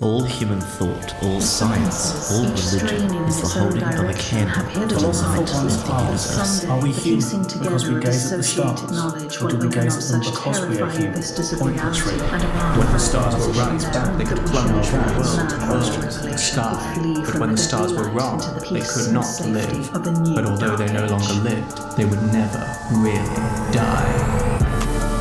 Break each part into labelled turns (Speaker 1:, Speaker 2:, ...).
Speaker 1: All human thought, all science, all religion is the holding of a candle to the light
Speaker 2: Philosophical
Speaker 1: of the universe.
Speaker 2: Are we human because we gaze at the stars? Or do we gaze at them because we are human? Point the tree. When the stars were right, they could plumb the whole world to nostrils and sky. But when the stars were wrong, they could not live. But although they no longer lived, they would never really die.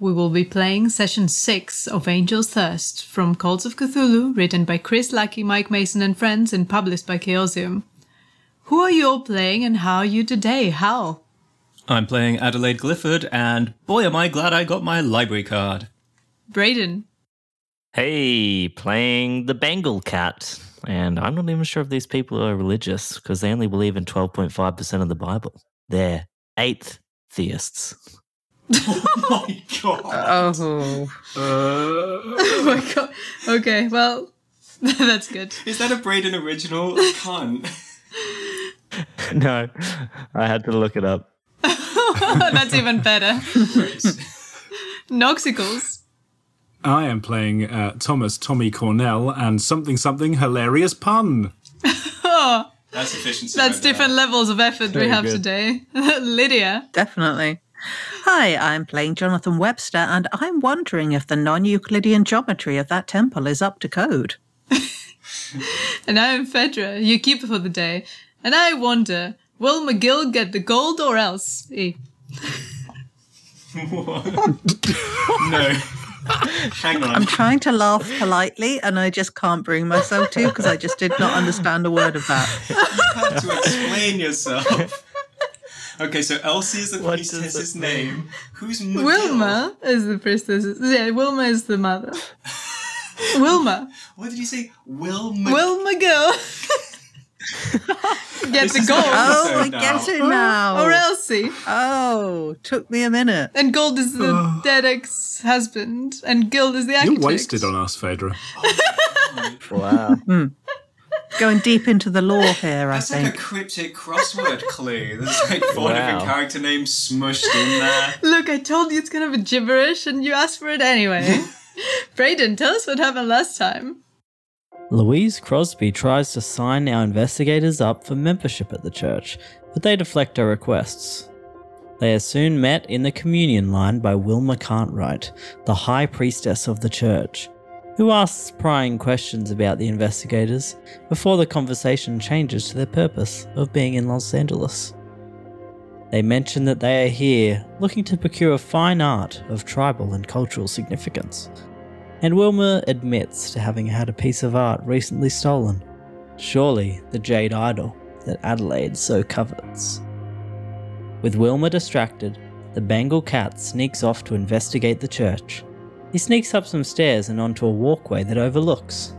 Speaker 3: we will be playing session 6 of Angel's Thirst from Calls of Cthulhu, written by Chris Lackey, Mike Mason, and friends, and published by Chaosium. Who are you all playing and how are you today? How?
Speaker 4: I'm playing Adelaide Clifford, and boy, am I glad I got my library card.
Speaker 3: Brayden.
Speaker 5: Hey, playing the Bengal cat. And I'm not even sure if these people are religious because they only believe in 12.5% of the Bible. They're eighth theists.
Speaker 2: My god.
Speaker 6: Oh,
Speaker 3: Oh my god. Okay, well, that's good.
Speaker 4: Is that a Braden original? I can't.
Speaker 5: no, I had to look it up.
Speaker 3: that's even better. Noxicals.
Speaker 7: I am playing uh, Thomas Tommy Cornell and something something hilarious pun.
Speaker 4: That's efficiency.
Speaker 3: That's
Speaker 4: right
Speaker 3: different levels of effort we have today. Lydia.
Speaker 6: definitely. Hi, I'm playing Jonathan Webster, and I'm wondering if the non Euclidean geometry of that temple is up to code.
Speaker 3: And I am Fedra, your keeper for the day. And I wonder, will McGill get the gold or else? Eh.
Speaker 4: there. No. Hang on.
Speaker 6: I'm trying to laugh politely, and I just can't bring myself to because I just did not understand a word of that.
Speaker 4: have to explain yourself. Okay, so Elsie is the
Speaker 5: What does
Speaker 4: priestess's
Speaker 5: it
Speaker 4: name. Who's McGill?
Speaker 3: Wilma is the priestess. Yeah, Wilma is the mother. Wilma.
Speaker 4: What did you say? Will McGill.
Speaker 3: Will McGill get the
Speaker 4: is
Speaker 3: gold
Speaker 4: how-
Speaker 6: Oh, I
Speaker 4: now.
Speaker 6: get it now.
Speaker 3: or Elsie?
Speaker 6: Oh, took me a minute.
Speaker 3: And Gold is
Speaker 7: Oh.
Speaker 3: the dead ex husband, and Guild is the
Speaker 7: You're
Speaker 3: architect.
Speaker 7: wasted on us, Phaedra.
Speaker 5: Wow.
Speaker 6: Going deep into the lore here, I
Speaker 4: That's like a
Speaker 6: think.
Speaker 4: cryptic crossword clue. There's like four different
Speaker 5: Wow.
Speaker 4: character names smushed in there.
Speaker 3: Look, I told you it's gonna be gibberish, and you asked for it anyway. Brayden, tell us what happened last time.
Speaker 8: Louise Crosby tries to sign our investigators up for membership at the church, but they deflect her requests. They are soon met in the communion line by Wilma Cartwright, the high priestess of the church, who asks prying questions about the investigators before the conversation changes to their purpose of being in Los Angeles. They mention that they are here looking to procure fine art of tribal and cultural significance and Wilma admits to having had a piece of art recently stolen. Surely the jade idol that Adelaide so covets. With Wilma distracted, the Bengal cat sneaks off to investigate the church. He sneaks up some stairs and onto a walkway that overlooks,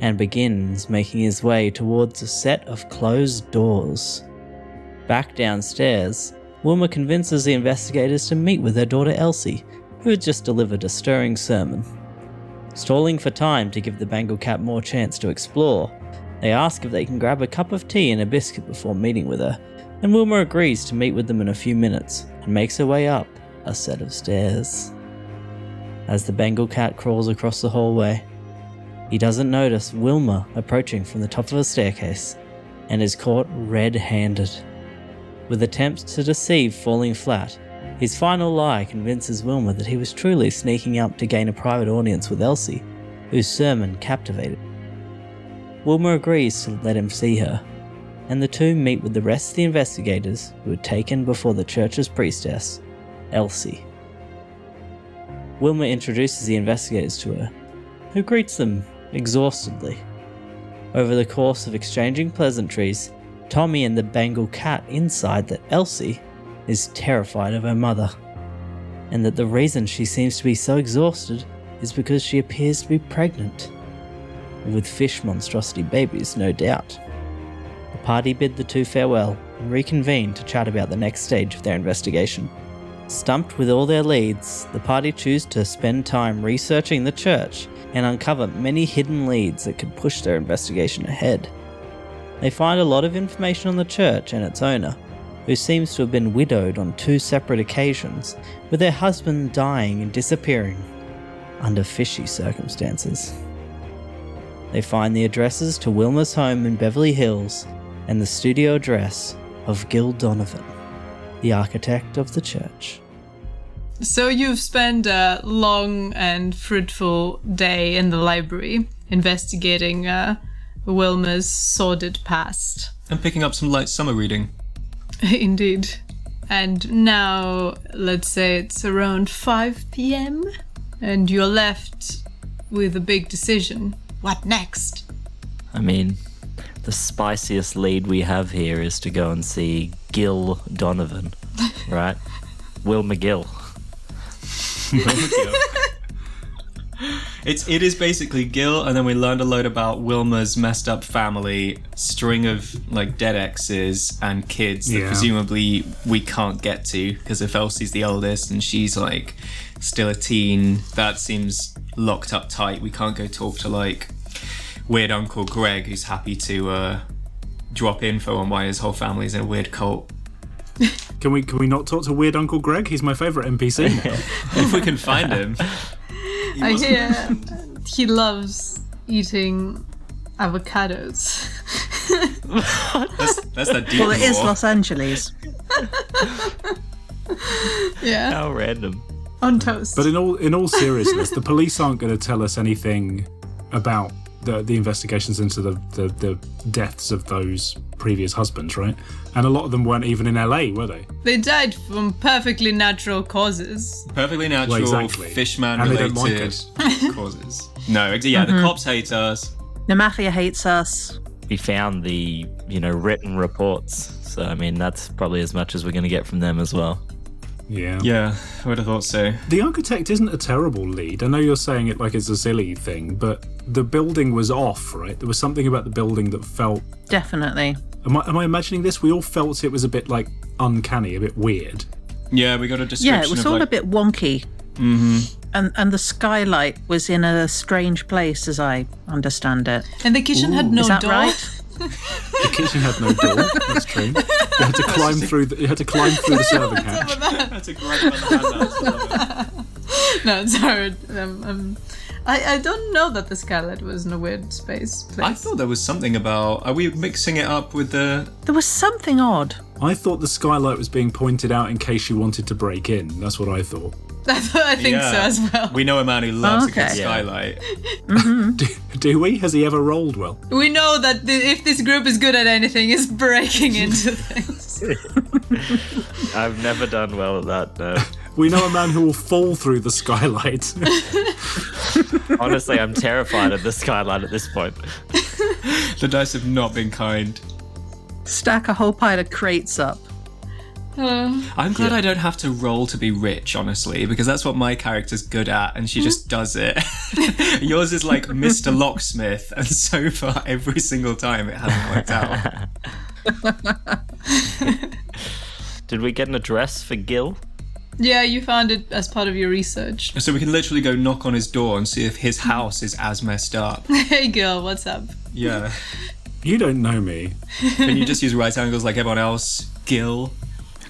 Speaker 8: and begins making his way towards a set of closed doors. Back downstairs, Wilma convinces the investigators to meet with their daughter Elsie, who had just delivered a stirring sermon. Stalling for time to give the Bengal cat more chance to explore, they ask if they can grab a cup of tea and a biscuit before meeting with her, and Wilma agrees to meet with them in a few minutes and makes her way up a set of stairs. As the Bengal cat crawls across the hallway, he doesn't notice Wilma approaching from the top of a staircase and is caught red handed. With attempts to deceive falling flat, his final lie convinces Wilma that he was truly sneaking up to gain a private audience with Elsie, whose sermon captivated. Wilma agrees to let him see her, and the two meet with the rest of the investigators who were taken before the church's priestess, Elsie. Wilma introduces the investigators to her,
Speaker 9: who greets them exhaustedly. Over the course of exchanging pleasantries, Tommy and the Bengal cat inside that Elsie is terrified of her mother, and that the reason she seems to be so exhausted is because she appears to be pregnant. With fish monstrosity babies, no doubt. The party bid the two farewell and reconvene to chat about the next stage of their investigation. Stumped with all their leads, the party choose to spend time researching the church and uncover many hidden leads that could push their investigation ahead. They find a lot of information on the church and its owner, who seems to have been widowed on two separate occasions, with her husband dying and disappearing under fishy circumstances. They find the addresses to Wilma's home in Beverly Hills and the studio address of Gil Donovan, the architect of the church.
Speaker 3: So you've spent a long and fruitful day in the library investigating uh, Wilma's sordid past.
Speaker 4: I'm picking up some light summer reading.
Speaker 3: Indeed. And now, let's say it's around 5 pm, and you're left with a big decision. What next?
Speaker 8: I mean, the spiciest lead we have here is to go and see Gil Donovan, right? Will McGill.
Speaker 4: It's it is basically Gil, and then we learned a load about Wilma's messed up family, string of like dead exes and kids that
Speaker 7: Yeah.
Speaker 4: presumably we can't get to because if Elsie's the eldest and she's like still a teen, that seems locked up tight. We can't go talk to like weird Uncle Greg who's happy to uh, drop info on why his whole family's in a weird cult.
Speaker 7: Can we can we not talk to weird Uncle Greg? He's my favourite NPC. now.
Speaker 4: If we can find him,
Speaker 3: I hear he loves eating avocados.
Speaker 4: that's, that's that deep
Speaker 6: Well, it is
Speaker 4: lore.
Speaker 6: Los Angeles.
Speaker 3: yeah,
Speaker 8: How random.
Speaker 3: on toast.
Speaker 7: but in all in all seriousness, the police aren't going to tell us anything about the the investigations into the, the the deaths of those previous husbands, right? And a lot of them weren't even in LA, were they?
Speaker 3: they died from perfectly natural causes.
Speaker 4: perfectly natural
Speaker 7: exactly.
Speaker 4: fishman
Speaker 7: And they
Speaker 4: related
Speaker 7: don't like
Speaker 4: causes. No, ex- yeah, the cops hate us.
Speaker 6: The mafia hates us.
Speaker 8: We found the, you know, written reports. So I mean that's probably as much as we're gonna get from them as well.
Speaker 7: Yeah.
Speaker 4: Yeah, I would have thought so.
Speaker 7: The architect isn't a terrible lead. I know you're saying it like it's a silly thing, but the building was off, right? There was something about the building that felt.
Speaker 6: Definitely.
Speaker 7: Am I, am I imagining this? We all felt it was a bit like uncanny, a bit weird.
Speaker 4: Yeah, we got a description.
Speaker 6: Yeah, it was
Speaker 4: of
Speaker 6: all
Speaker 4: like,
Speaker 6: a bit wonky. Mm-hmm. And and the skylight was in a strange place, as I understand it.
Speaker 3: And the kitchen had no
Speaker 6: Is that
Speaker 3: door.
Speaker 6: right?
Speaker 7: The kitchen had no door. That's true. You had to climb through. The, you had to climb through the serving hatch.
Speaker 4: That's a great one.
Speaker 3: No, sorry. Um, um, I, I don't know that the skylight was in a weird space place.
Speaker 4: I thought there was something about. Are we mixing it up with the?
Speaker 6: There was something odd.
Speaker 7: I thought the skylight was being pointed out in case you wanted to break in. That's what I thought.
Speaker 3: I, thought- I think so
Speaker 4: Yeah.
Speaker 3: as well.
Speaker 4: We know a man who loves
Speaker 6: Okay.
Speaker 4: a good
Speaker 6: Yeah.
Speaker 4: skylight.
Speaker 7: Do, do we? Has he ever rolled well?
Speaker 3: We know that th- if this group is good at anything, it's breaking into things.
Speaker 8: I've never done well at that, no.
Speaker 7: We know a man who will fall through the skylight.
Speaker 8: Honestly, I'm terrified of the skyline at this point.
Speaker 4: The dice have not been kind.
Speaker 6: Stack a whole pile of crates up.
Speaker 4: I'm glad I don't have to roll to be rich, honestly, because that's what my character's good at, and she just does it. Yours is like Mr. Locksmith, and so far, every single time it hasn't worked out.
Speaker 8: Did we get an address for Gil?
Speaker 3: yeah, you found it as part of your research.
Speaker 4: So we can literally go knock on his door and see if his house is as messed up.
Speaker 3: Hey, girl, what's up?
Speaker 4: Yeah.
Speaker 7: you don't know me.
Speaker 4: Can you just use right angles like everyone else? Gil.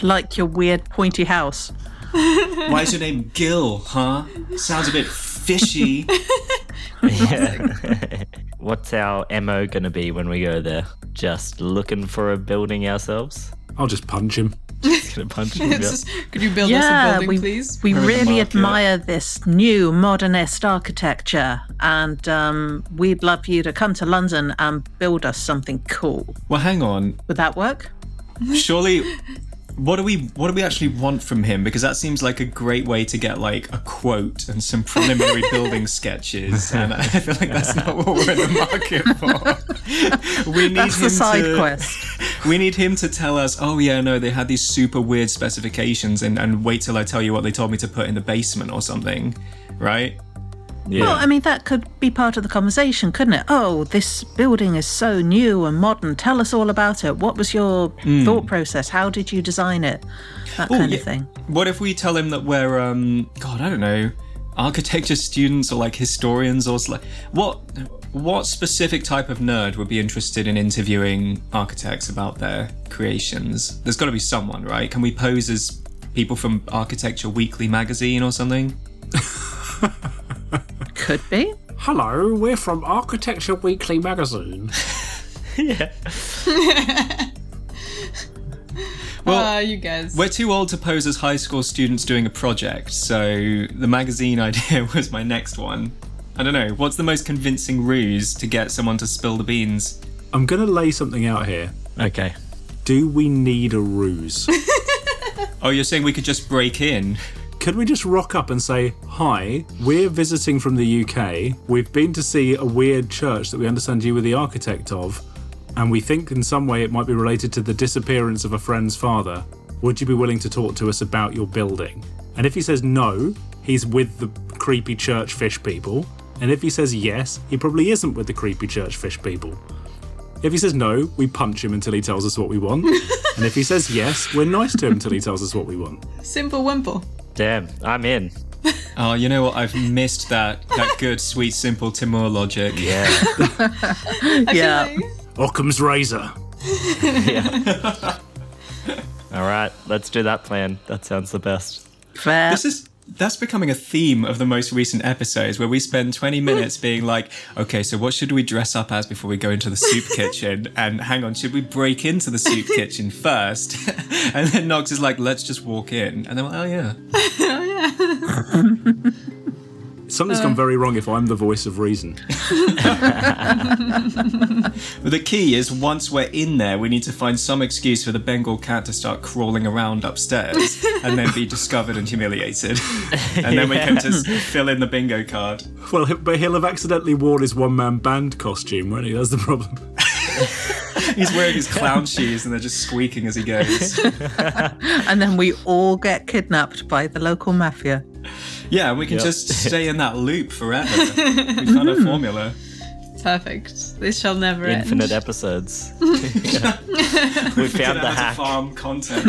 Speaker 6: Like your weird pointy house.
Speaker 4: Why is your name Gil, huh? Sounds a bit fishy.
Speaker 8: What's our MO gonna be when we go there? Just looking for a building ourselves?
Speaker 7: I'll just punch him.
Speaker 8: Just gonna punch him. yeah.
Speaker 3: Just- could you build us a
Speaker 6: Yeah,
Speaker 3: building,
Speaker 6: we,
Speaker 3: please?
Speaker 6: we
Speaker 4: Remember the
Speaker 6: really
Speaker 4: market.
Speaker 6: admire this new modernist architecture, and um, we'd love you to come to London and build us something cool.
Speaker 4: well, hang on.
Speaker 6: Would that work?
Speaker 4: Surely what do we what do we actually want from him? Because that seems like a great way to get like a quote and some preliminary building sketches, and I feel like that's not what we're in the market for. we need
Speaker 6: That's the
Speaker 4: him
Speaker 6: side
Speaker 4: to,
Speaker 6: quest.
Speaker 4: We need him to tell us, oh yeah, no, they had these super weird specifications, and and wait till I tell you what they told me to put in the basement or something, right?
Speaker 8: Yeah.
Speaker 6: Well, I mean, that could be part of the conversation, couldn't it? Oh, this building is so new and modern. Tell us all about it. What was your thought process? How did you design it? That
Speaker 4: Ooh,
Speaker 6: kind
Speaker 4: yeah.
Speaker 6: of thing.
Speaker 4: What if we tell him that we're um God, I don't know, architecture students or like historians or s- like what what specific type of nerd would be interested in interviewing architects about their creations? There's got to be someone, right? Can we pose as people from Architecture Weekly magazine or something?
Speaker 6: Could be.
Speaker 7: Hello, we're from Architecture Weekly magazine.
Speaker 8: yeah.
Speaker 4: Well,
Speaker 3: uh, you guys.
Speaker 4: we're too old to pose as high school students doing a project, so the magazine idea was my next one. I don't know. What's the most convincing ruse to get someone to spill the beans?
Speaker 7: I'm gonna lay something out here.
Speaker 8: Okay.
Speaker 7: Do we need a ruse?
Speaker 4: Oh, you're saying we could just break in?
Speaker 7: Could we just rock up and say, Hi, we're visiting from the UK. We've been to see a weird church that we understand you were the architect of, and we think in some way it might be related to the disappearance of a friend's father. Would you be willing to talk to us about your building? And if he says no, he's with the creepy church fish people. And if he says yes, he probably isn't with the creepy church fish people. If he says no, we punch him until he tells us what we want. and if he says yes, we're nice to him until he tells us what we want.
Speaker 3: Simple Wimple.
Speaker 8: Damn, I'm in.
Speaker 4: Oh, you know what? I've missed that that good, sweet, simple Timur logic.
Speaker 8: Yeah.
Speaker 6: yeah.
Speaker 3: Like,
Speaker 7: Occam's razor.
Speaker 8: All right, let's do that plan. That sounds the best.
Speaker 6: Fair.
Speaker 4: This is that's becoming a theme of the most recent episodes where we spend 20 minutes being like, okay, so what should we dress up as before we go into the soup kitchen? And hang on, should we break into the soup kitchen first? and then Nox is like, let's just walk in. And then, oh yeah.
Speaker 7: Something's gone very wrong if I'm the voice of reason.
Speaker 4: But the key is once we're in there, we need to find some excuse for the Bengal cat to start crawling around upstairs and then be discovered and humiliated. and then we can just fill in the bingo card.
Speaker 7: Well, he- but he'll have accidentally worn his one man band costume, won't he? That's the problem.
Speaker 4: He's wearing his clown shoes and they're just squeaking as he goes.
Speaker 6: And then we all get kidnapped by the local mafia.
Speaker 4: Yeah, we can just stay in that loop forever. We found a formula.
Speaker 3: perfect. This shall never
Speaker 8: Infinite
Speaker 3: end.
Speaker 8: episodes. Yeah. We found the
Speaker 4: How to
Speaker 8: hack.
Speaker 4: farm content.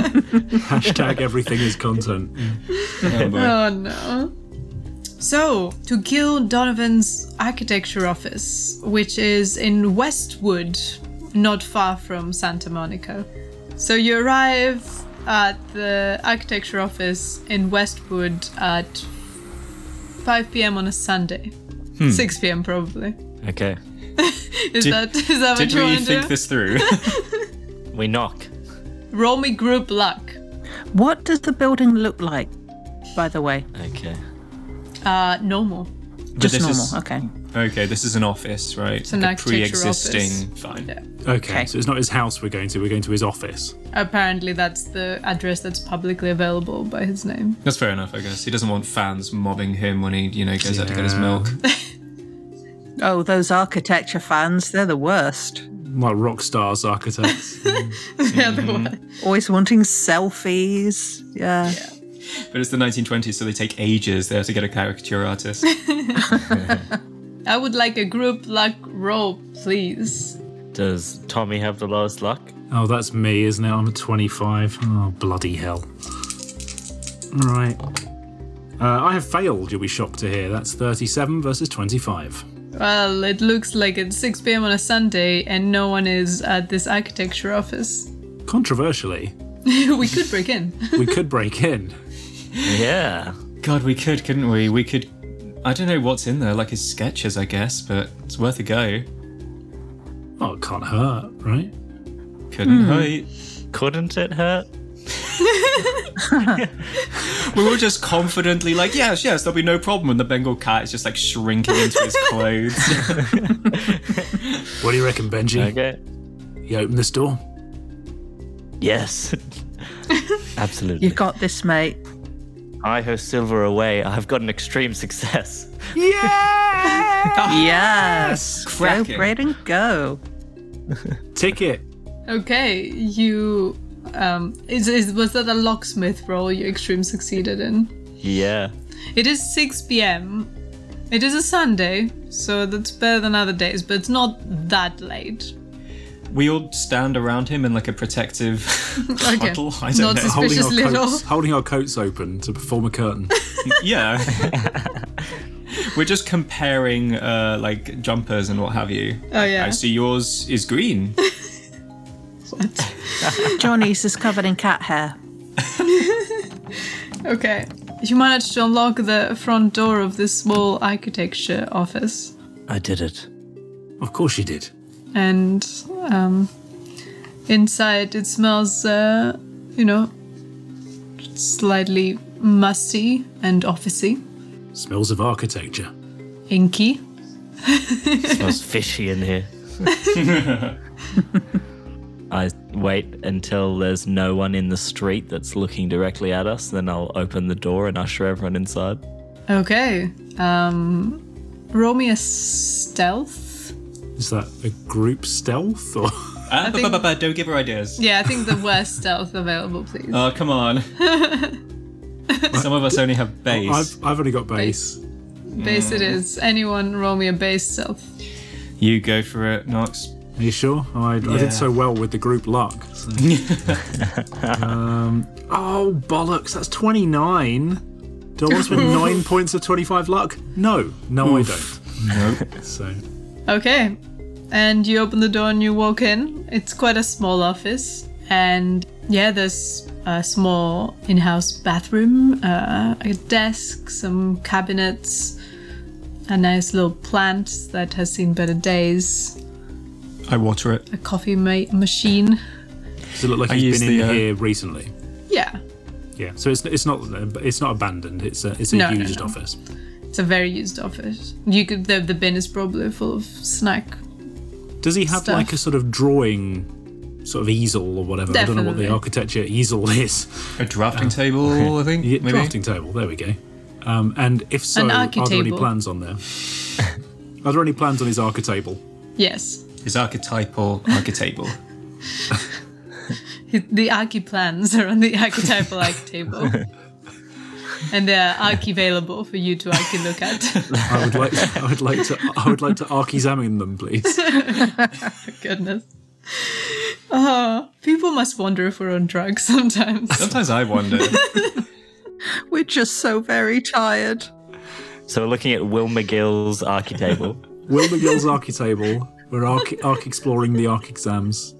Speaker 7: Hashtag everything is content.
Speaker 4: Oh, boy.
Speaker 3: Oh no. So, to kill Donovan's architecture office, which is in Westwood, not far from Santa Monica. So, you arrive at the architecture office in Westwood at 5 pm on a Sunday. 6 pm, probably.
Speaker 8: Okay.
Speaker 3: Is
Speaker 4: Hmm. Did-
Speaker 3: that, is that what
Speaker 4: Did
Speaker 3: you
Speaker 4: we
Speaker 3: want to
Speaker 4: think
Speaker 3: do?
Speaker 4: this through?
Speaker 8: We knock.
Speaker 3: Roll me group luck.
Speaker 6: What does the building look like, by the way?
Speaker 8: Okay.
Speaker 3: Uh, normal.
Speaker 6: Just
Speaker 4: this
Speaker 6: normal.
Speaker 4: is-
Speaker 6: Okay.
Speaker 4: okay, this is an office, right? It's
Speaker 3: an
Speaker 4: a
Speaker 3: architecture
Speaker 4: pre-existing. Fine.
Speaker 7: Okay, so it's not his house we're going to, we're going to his office.
Speaker 3: Apparently, that's the address that's publicly available by his name.
Speaker 4: That's fair enough, I guess. He doesn't want fans mobbing him when he, you know, goes out to get his
Speaker 7: Yeah.
Speaker 4: milk.
Speaker 6: Oh, those architecture fans, they're the worst.
Speaker 7: Like rock stars, architects.
Speaker 3: Yeah, the one.
Speaker 6: Always wanting selfies. Yeah.
Speaker 4: But it's the 1920s, so they take ages. They have to get a caricature artist.
Speaker 3: I would like a group luck roll, please.
Speaker 8: Does Tommy have the lowest luck?
Speaker 7: oh, that's me, isn't it? I'm a 25. Oh, bloody hell. Right. Uh, I have failed, you'll be shocked to hear. That's 37 versus 25.
Speaker 3: Well, it looks like it's 6 p.m. on a Sunday and no one is at this architecture office.
Speaker 7: Controversially,
Speaker 3: we could break in.
Speaker 7: we could break in.
Speaker 8: Yeah.
Speaker 4: God, we could, couldn't we? We could. I don't know what's in there, like his sketches, I guess, but it's worth a go.
Speaker 7: Oh, it can't hurt, right?
Speaker 4: Couldn't hurt.
Speaker 8: Couldn't it hurt?
Speaker 4: We were just confidently like, yes, yes, there'll be no problem. And the Bengal cat is just like shrinking into his clothes.
Speaker 7: What do you reckon, Benji?
Speaker 8: Okay.
Speaker 7: You open this door?
Speaker 8: Yes. Absolutely.
Speaker 6: You've got this, mate.
Speaker 8: I host Silver away. I've got an extreme success.
Speaker 6: Yes. Go,
Speaker 4: Cracking.
Speaker 6: Braden, go.
Speaker 7: Ticket.
Speaker 3: Okay, you. Um, is, is was that a locksmith role you extreme succeeded in?
Speaker 8: Yeah.
Speaker 3: It is 6 p.m. It is a Sunday, so that's better than other days, but it's not that late.
Speaker 4: We all stand around him in like a protective
Speaker 3: Okay.
Speaker 4: huddle. I don't
Speaker 3: Not
Speaker 4: know.
Speaker 3: suspicious.
Speaker 7: Holding our,
Speaker 3: Vicious little.
Speaker 7: coats, holding our coats open to perform a curtain.
Speaker 4: Yeah. We're just comparing uh, like jumpers and what have you.
Speaker 3: Oh, yeah.
Speaker 4: I see yours is green.
Speaker 6: Johnny's is covered in cat hair.
Speaker 3: Okay. You managed to unlock the front door of this small architecture office.
Speaker 8: I did it.
Speaker 7: of course you did.
Speaker 3: and um, inside it smells, uh, you know, slightly musty and officey,
Speaker 7: Smells of architecture.
Speaker 3: inky.
Speaker 8: smells fishy in here. I wait until there's no one in the street that's looking directly at us, then I'll open the door and usher everyone inside.
Speaker 3: Okay. Um, roll me a stealth.
Speaker 7: Is that a group stealth or?
Speaker 4: Ah,
Speaker 3: think-
Speaker 4: ba- ba- ba- don't give her ideas.
Speaker 3: Yeah, I think the worst stealth available, please.
Speaker 4: Oh, come on. Some of us only have base.
Speaker 7: I've, I've only got base.
Speaker 3: base it is. Anyone roll me a base stealth.
Speaker 4: You go for it, Knox.
Speaker 7: Are you sure? I, I
Speaker 4: Yeah.
Speaker 7: did so well with the group luck. so- um, oh bollocks! That's twenty nine. Do I want to spend nine points of twenty five luck? No, no, I don't. No. So
Speaker 3: Okay. And you open the door and you walk in. It's quite a small office. And yeah, there's a small in house bathroom, uh, a desk, some cabinets, a nice little plant that has seen better days,
Speaker 4: I water it.
Speaker 3: a coffee ma- machine.
Speaker 7: does it look like
Speaker 4: I
Speaker 7: he's
Speaker 4: use
Speaker 7: been in
Speaker 4: the, uh,
Speaker 7: here recently?
Speaker 3: Yeah,
Speaker 7: Yeah. So it's it's not it's not abandoned. It's a it's a
Speaker 3: No, no,
Speaker 7: used
Speaker 3: no.
Speaker 7: office.
Speaker 3: it's a very used office. You could, the, the bin is probably full of snack.
Speaker 7: Does he have
Speaker 3: Stuff.
Speaker 7: like a sort of drawing, sort of easel or whatever? I don't know what
Speaker 3: Definitely.
Speaker 7: the architecture easel is.
Speaker 4: A drafting table, I think.
Speaker 7: Yeah,
Speaker 4: maybe.
Speaker 7: drafting table. There we go. Um, and if so,
Speaker 3: An
Speaker 7: are
Speaker 3: archi
Speaker 7: there any
Speaker 3: table.
Speaker 7: plans on there? are there any plans on his archi table?
Speaker 3: Yes,
Speaker 4: His archetypal archetypal.
Speaker 3: the archi plans are on the archetypal arch table. And they're arch available for you to archi look at.
Speaker 7: I would like. I would like to. I would like to arch-examine them, please.
Speaker 3: Goodness. Oh, people must wonder if we're on drugs sometimes.
Speaker 4: Sometimes I wonder.
Speaker 6: We're just so very tired.
Speaker 8: So we're looking at Will McGill's architable.
Speaker 7: Will McGill's archi table. We're arch, arch exploring the arch exams.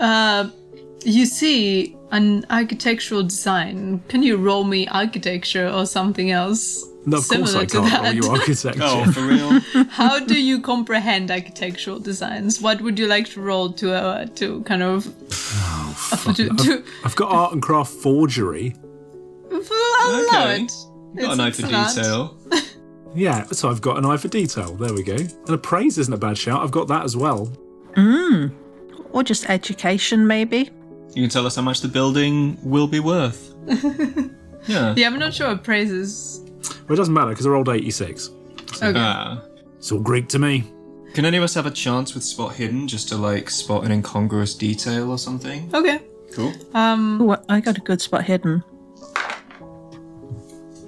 Speaker 3: You see an architectural design. Can you roll me architecture or something else?
Speaker 7: No, of course I can't. Roll you architecture.
Speaker 4: oh, for real?
Speaker 3: How do you comprehend architectural designs? What would you like to roll to uh, to kind of to, to
Speaker 7: I've got art and craft forgery.
Speaker 3: I'll allow
Speaker 4: Okay.
Speaker 3: it.
Speaker 4: Got an eye for detail.
Speaker 7: Yeah, so I've got an eye for detail. There we go. And appraise isn't a bad shout. I've got that as well.
Speaker 6: Or just education, maybe.
Speaker 4: You can tell us how much the building will be worth. Yeah.
Speaker 3: Yeah, I'm not sure what praises.
Speaker 7: But it doesn't matter because I rolled 86.
Speaker 3: Okay.
Speaker 4: Ah.
Speaker 7: It's all Greek to me.
Speaker 4: Can any of us have a chance with spot hidden just to like spot an incongruous detail or something?
Speaker 3: okay.
Speaker 4: Cool.
Speaker 6: Ooh, I got a good spot hidden.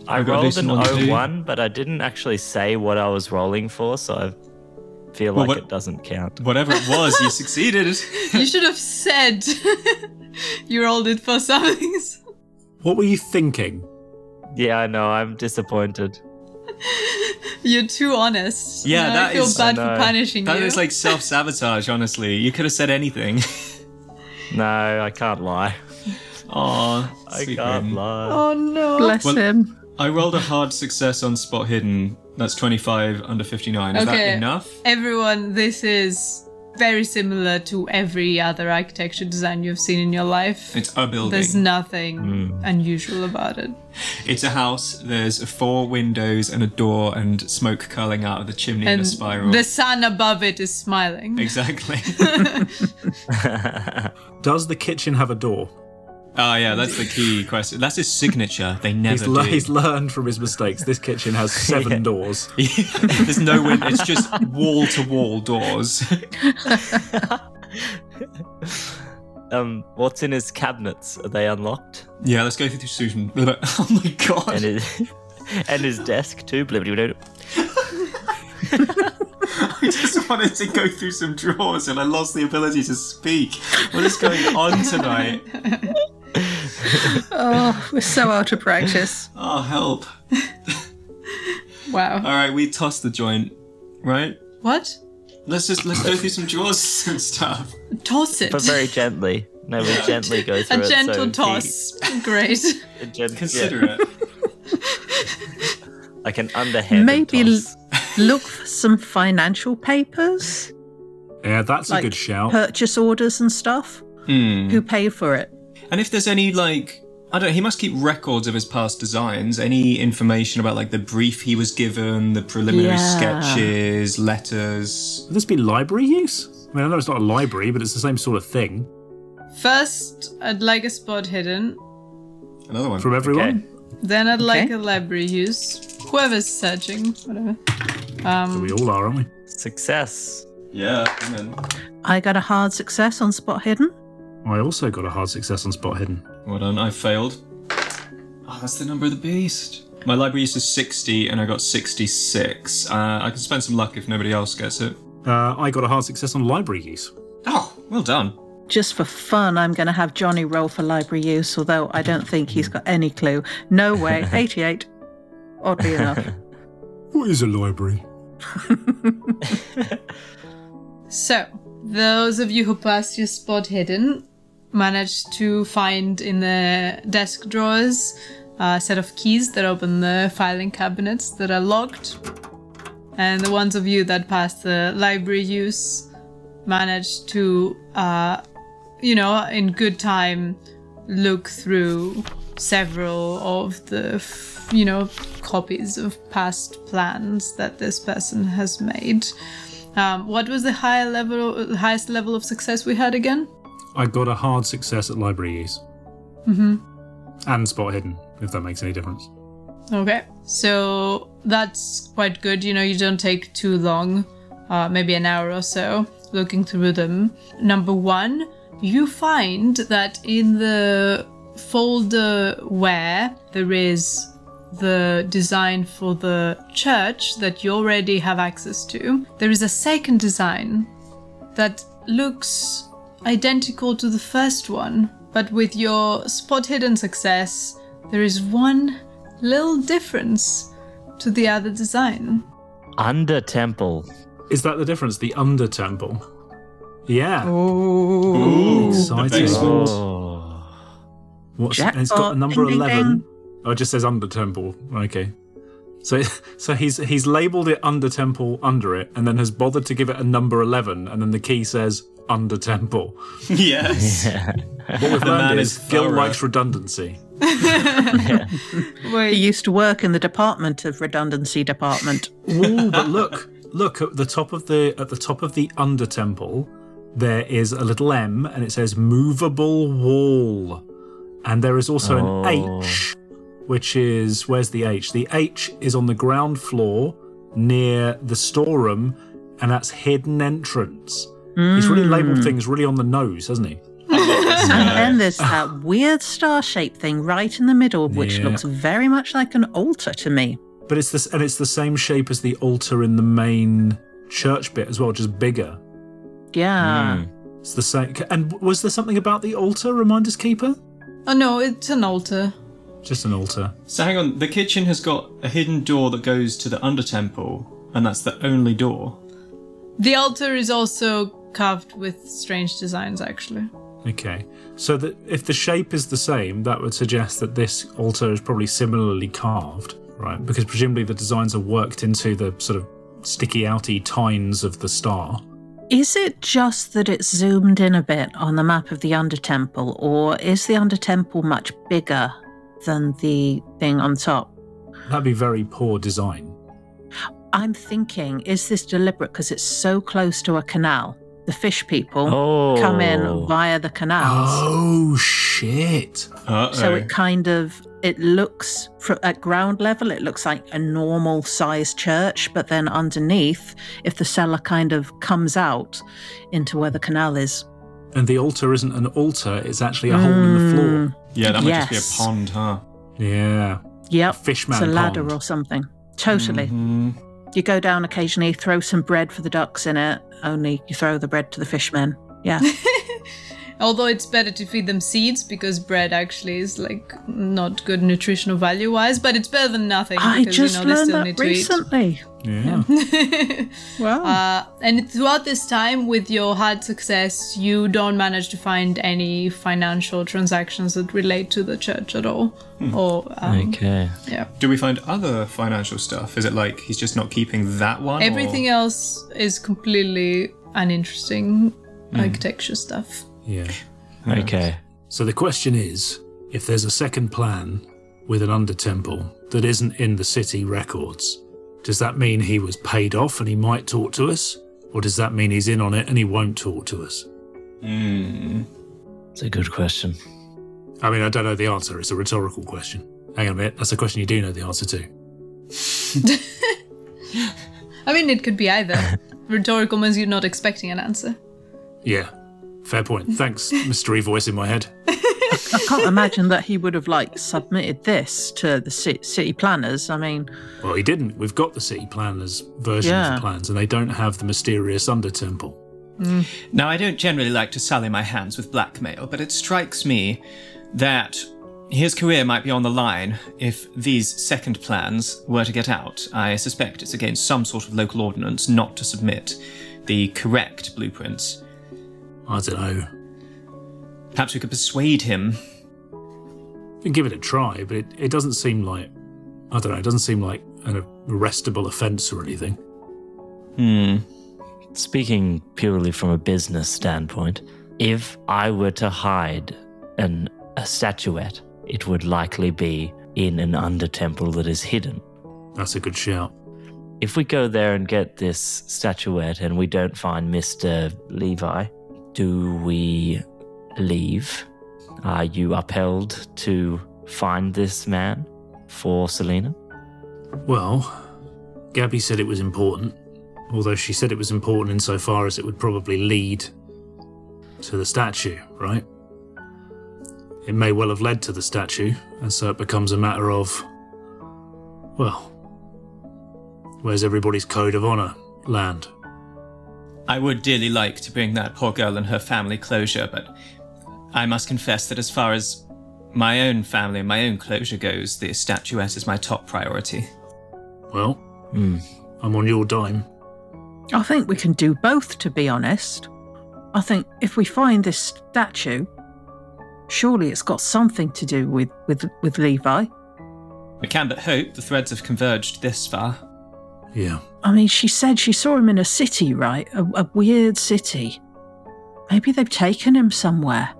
Speaker 8: I
Speaker 4: got
Speaker 8: rolled
Speaker 4: this
Speaker 8: an
Speaker 4: one too.
Speaker 8: 01, but I didn't actually say what I was rolling for, so I feel
Speaker 4: Well,
Speaker 8: like
Speaker 4: what-
Speaker 8: it doesn't count.
Speaker 4: Whatever it was, you succeeded.
Speaker 3: You should have said you rolled it for something.
Speaker 7: What were you thinking?
Speaker 8: Yeah, I know. I'm disappointed.
Speaker 3: You're too honest. Now
Speaker 4: Yeah,
Speaker 3: I
Speaker 4: that
Speaker 3: feel
Speaker 4: is-
Speaker 3: bad
Speaker 8: I
Speaker 3: for
Speaker 8: know.
Speaker 3: punishing
Speaker 4: That
Speaker 3: you.
Speaker 4: is like self sabotage, honestly. You could have said anything.
Speaker 8: No, I can't lie.
Speaker 4: Aw,
Speaker 8: I
Speaker 4: sweet
Speaker 8: can't
Speaker 4: Raiden.
Speaker 8: lie.
Speaker 3: oh no.
Speaker 6: Bless
Speaker 4: Well-
Speaker 6: him.
Speaker 4: I rolled a hard success on spot hidden. That's 25 under 59. Is
Speaker 3: Okay.
Speaker 4: that enough?
Speaker 3: Everyone, this is very similar to every other architecture design you've seen in your life.
Speaker 4: It's a building. Mm.
Speaker 3: There's nothing unusual about it.
Speaker 4: It's a house. There's four windows and a door and smoke curling out of the chimney in a spiral.
Speaker 3: the sun above it is smiling.
Speaker 4: Exactly.
Speaker 7: Does the kitchen have a door?
Speaker 4: Oh yeah, that's the key question. That's his signature. They never
Speaker 7: He's, le-
Speaker 4: do.
Speaker 7: he's learned from his mistakes. This kitchen has seven doors.
Speaker 4: There's no win. It's just wall to wall doors.
Speaker 8: Um, what's in his cabinets? Are they unlocked?
Speaker 4: yeah, let's go through Susan. Oh my god.
Speaker 8: And his, and his desk too. Blibbity-blibbity.
Speaker 4: I just wanted to go through some drawers and I lost the ability to speak. What is going on tonight?
Speaker 6: Oh, we're so out of practice.
Speaker 4: Oh, help.
Speaker 3: Wow.
Speaker 4: All right, we tossed the joint, right?
Speaker 3: What?
Speaker 4: Let's just let's go through some drawers and stuff.
Speaker 3: Toss it.
Speaker 8: But very gently. No, we gently go
Speaker 3: A
Speaker 8: through it.
Speaker 3: gentle
Speaker 8: so he-
Speaker 3: toss. Great.
Speaker 8: a gen- yeah,
Speaker 4: Consider it.
Speaker 8: like an underhand.
Speaker 6: Maybe l-
Speaker 8: toss.
Speaker 6: Look for some financial papers,
Speaker 7: Yeah, that's
Speaker 6: like
Speaker 7: a good shout.
Speaker 6: purchase orders and stuff. Who paid for it?
Speaker 4: And if there's any like I don't know, he must keep records of his past designs. Any information about like the brief he was given, the preliminary
Speaker 6: Yeah.
Speaker 4: sketches, letters.
Speaker 7: Would this be library use? I mean, I know it's not a library, but it's the same sort of thing
Speaker 3: First, I'd like a spot hidden.
Speaker 4: Another one.
Speaker 7: from everyone.
Speaker 3: Then I'd like
Speaker 6: Okay.
Speaker 3: a library use. Whoever's searching, whatever.
Speaker 7: So we
Speaker 3: Um,
Speaker 7: all are, aren't we?
Speaker 8: Success.
Speaker 4: yeah. come on.
Speaker 6: I got a hard success on Spot Hidden.
Speaker 7: I also got a hard success on Spot Hidden.
Speaker 4: Well done. I failed. Oh, that's the number of the beast. My library use is 60 and I got 66. Uh, I can spend some luck if nobody else gets it.
Speaker 7: Uh, I got a hard success on library use.
Speaker 4: Oh, well done.
Speaker 6: Just for fun, I'm going to have Johnny roll for library use, although I don't think he's got any clue. No way. 88. Oddly enough.
Speaker 7: What is a library?
Speaker 3: so, those of you who passed your spot hidden managed to find in the desk drawers a set of keys that open the filing cabinets that are locked. And the ones of you that passed the library use managed to, uh, you know, in good time look through several of the, f- you know, copies of past plans that this person has made. Um, what was the higher level, highest level of success we had again?
Speaker 7: I got a hard success at library use. Mm-hmm. And Spot Hidden, if that makes any difference.
Speaker 3: Okay, so that's quite good. You know, you don't take too long, uh, maybe an hour or so, looking through them. Number one, you find that in the folder where there is the design for the church that you already have access to, there is a second design that looks identical to the first one, but with your spot hidden success, there is one little difference to the other design.
Speaker 8: Under temple.
Speaker 7: Is that the difference? The under temple? Yeah.
Speaker 4: Ooh, Oh, the
Speaker 7: Exciting.
Speaker 4: basement.
Speaker 8: Oh.
Speaker 7: What's, and it's got
Speaker 6: Jackpot.
Speaker 7: a number
Speaker 6: Ding, ding,
Speaker 7: 11. Oh, it just says under temple. Okay. So, so he's he's labelled it under temple under it, and then has bothered to give it a number eleven, and then the key says under temple.
Speaker 4: Yes.
Speaker 7: What we've learned
Speaker 4: man
Speaker 7: is,
Speaker 4: is
Speaker 7: Gil
Speaker 4: thorough.
Speaker 7: likes redundancy.
Speaker 6: He
Speaker 3: Wait,
Speaker 6: used to work in the department of redundancy department.
Speaker 7: Ooh, but look, look at the top of the at the top of the under temple, there is a little M, and it says movable wall, and there is also
Speaker 8: Oh.
Speaker 7: an H, which is where's the H? The H is on the ground floor near the storeroom, and that's hidden entrance. He's really labelled things really on the nose, hasn't he?
Speaker 6: And then there's that weird star shaped thing right in the middle, which
Speaker 7: Yeah.
Speaker 6: looks very much like an altar to me.
Speaker 7: But it's this, and it's the same shape as the altar in the main church bit as well, just bigger.
Speaker 6: Yeah.
Speaker 7: It's the same. And was there something about the altar? Remind us, keeper.
Speaker 3: oh no, it's an altar.
Speaker 7: Just an altar.
Speaker 4: So hang on, the kitchen has got a hidden door that goes to the under temple, and that's the only door.
Speaker 3: The altar is also carved with strange designs, actually.
Speaker 7: Okay. So that if the shape is the same, that would suggest that this altar is probably similarly carved, right? Because presumably the designs are worked into the sort of sticky outy tines of the star.
Speaker 6: Is it just that it's zoomed in a bit on the map of the Undertemple, or is the Undertemple much bigger than the thing on top?
Speaker 7: That'd be very poor design.
Speaker 6: I'm thinking, is this deliberate because it's so close to a canal? the fish people,
Speaker 8: Oh.
Speaker 6: come in via the canals.
Speaker 7: Oh shit!
Speaker 4: Uh
Speaker 6: So
Speaker 4: oh.
Speaker 6: it kind of it looks fr at ground level, it looks like a normal sized church, but then underneath, if the cellar kind of comes out into where the canal is,
Speaker 7: And the altar isn't an altar; it's actually a hole in the floor.
Speaker 4: Yeah, that might just
Speaker 6: yes.
Speaker 4: be a pond, huh?
Speaker 7: Yeah.
Speaker 6: yep,
Speaker 7: fishman
Speaker 6: it's a ladder
Speaker 7: pond. Mm-hmm.
Speaker 6: or something. Totally, you go down occasionally, throw some bread for the ducks in it. Only you throw the bread to the fishmen. Yeah,
Speaker 3: Although it's better to feed them seeds because bread actually is like not good nutritional value wise, but it's better than nothing.
Speaker 6: I
Speaker 3: because,
Speaker 6: just
Speaker 3: you know, they
Speaker 6: learned
Speaker 3: still
Speaker 6: that
Speaker 3: need
Speaker 6: recently.
Speaker 7: Yeah.
Speaker 3: To eat.
Speaker 6: Wow.
Speaker 3: Uh, and throughout this time, with your hard success, you don't manage to find any financial transactions that relate to the church at all. Or um,
Speaker 8: Okay.
Speaker 3: yeah,
Speaker 4: Do we find other financial stuff? Is it like he's just not keeping that one?
Speaker 3: everything
Speaker 4: Or...
Speaker 3: else is completely uninteresting architecture stuff.
Speaker 7: Yeah.
Speaker 8: Okay.
Speaker 7: So the question is, if there's a second plan with an under temple that isn't in the city records, does that mean he was paid off and he might talk to us, or does that mean he's in on it and he won't talk to us?
Speaker 8: It's a good question.
Speaker 7: I mean, I don't know the answer. It's a rhetorical question. Hang on a minute. That's a question you do know the answer to.
Speaker 3: I mean, it could be either. Rhetorical means you're not expecting an answer.
Speaker 7: Yeah. Fair point. Thanks, mystery voice in my head.
Speaker 6: I can't imagine that he would have like submitted this to the ci- city planners. I mean,
Speaker 7: Well, he didn't. We've got the city planners' version of
Speaker 6: Yeah.
Speaker 7: the plans, and they don't have the mysterious under temple.
Speaker 4: Now, I don't generally like to sully my hands with blackmail, but it strikes me that his career might be on the line if these second plans were to get out. I suspect it's against some sort of local ordinance not to submit the correct blueprints.
Speaker 7: I don't know.
Speaker 4: Perhaps we could persuade him.
Speaker 7: You can give it a try, but it, it doesn't seem like I don't know. It doesn't seem like an arrestable offence or anything.
Speaker 4: Hmm.
Speaker 8: Speaking purely from a business standpoint, if I were to hide an a statuette, it would likely be in an under temple that is hidden.
Speaker 7: That's a good shout.
Speaker 8: If we go there and get this statuette and we don't find Mr. Levi, do we leave? Are you upheld to find this man for Selena?
Speaker 7: Well, Gabby said it was important, although she said it was important insofar as it would probably lead to the statue, right? It may well have led to the statue, and so it becomes a matter of, well, where's everybody's code of honour land?
Speaker 4: I would dearly like to bring that poor girl and her family closure, but I must confess that as far as my own family and my own closure goes, the statuette is my top priority.
Speaker 7: Well,
Speaker 8: Hmm.
Speaker 7: I'm on your dime.
Speaker 6: I think we can do both, to be honest. I think if we find this statue, surely it's got something to do with, with, with Levi.
Speaker 4: We can but hope the threads have converged this far.
Speaker 7: Yeah.
Speaker 6: I mean, she said she saw him in a city, right? A, a weird city. Maybe they've taken him somewhere.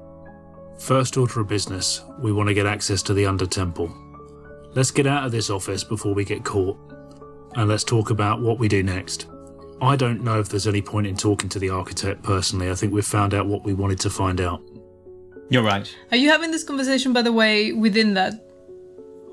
Speaker 7: First order of business, we want to get access to the Under Temple. Let's get out of this office before we get caught, and let's talk about what we do next. I don't know if there's any point in talking to the architect personally. I think we've found out what we wanted to find out.
Speaker 4: You're right.
Speaker 3: Are you having this conversation, by the way, within that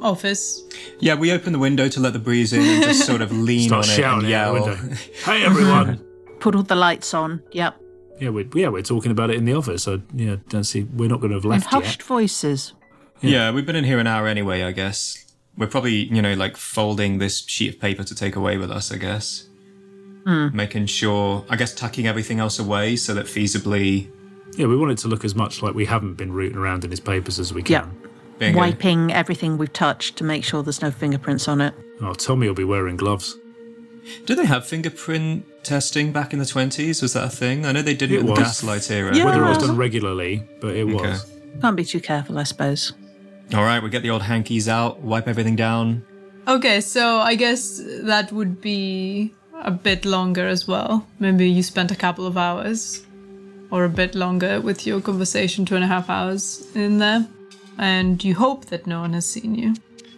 Speaker 3: office?
Speaker 4: Yeah, we open the window to let the breeze in and just sort of lean
Speaker 7: Start
Speaker 4: on it and
Speaker 7: shouting out the
Speaker 4: yell.
Speaker 7: window. Hey everyone!
Speaker 6: Put all the lights on. Yep.
Speaker 7: yeah, we're yeah we're talking about it in the office. I yeah don't see we're not going to have
Speaker 6: And
Speaker 7: left
Speaker 6: hushed
Speaker 7: yet.
Speaker 6: voices.
Speaker 4: yeah, we've been in here an hour anyway, I guess. We're probably, you know, like folding this sheet of paper to take away with us, I guess. Making sure, I guess, tucking everything else away so that feasibly.
Speaker 7: Yeah, we want it to look as much like we haven't been rooting around in his papers as we
Speaker 6: Yep.
Speaker 7: can.
Speaker 4: Bingo.
Speaker 6: Wiping everything we've touched to make sure there's no fingerprints on it.
Speaker 7: Oh, Tommy will be wearing gloves.
Speaker 4: Did they have fingerprint testing back in the 20s? Was that a thing? I know they didn't
Speaker 7: It
Speaker 4: in the
Speaker 7: was.
Speaker 4: Gaslight era.
Speaker 6: Yeah.
Speaker 7: Whether it was done regularly, but it
Speaker 4: Okay.
Speaker 7: was.
Speaker 6: Can't be too careful, I suppose.
Speaker 4: All right, we get the old hankies out, wipe everything down.
Speaker 3: Okay, so I guess that would be a bit longer as well. Maybe you spent a couple of hours or a bit longer with your conversation, two and a half hours in there. And you hope that no one has seen you.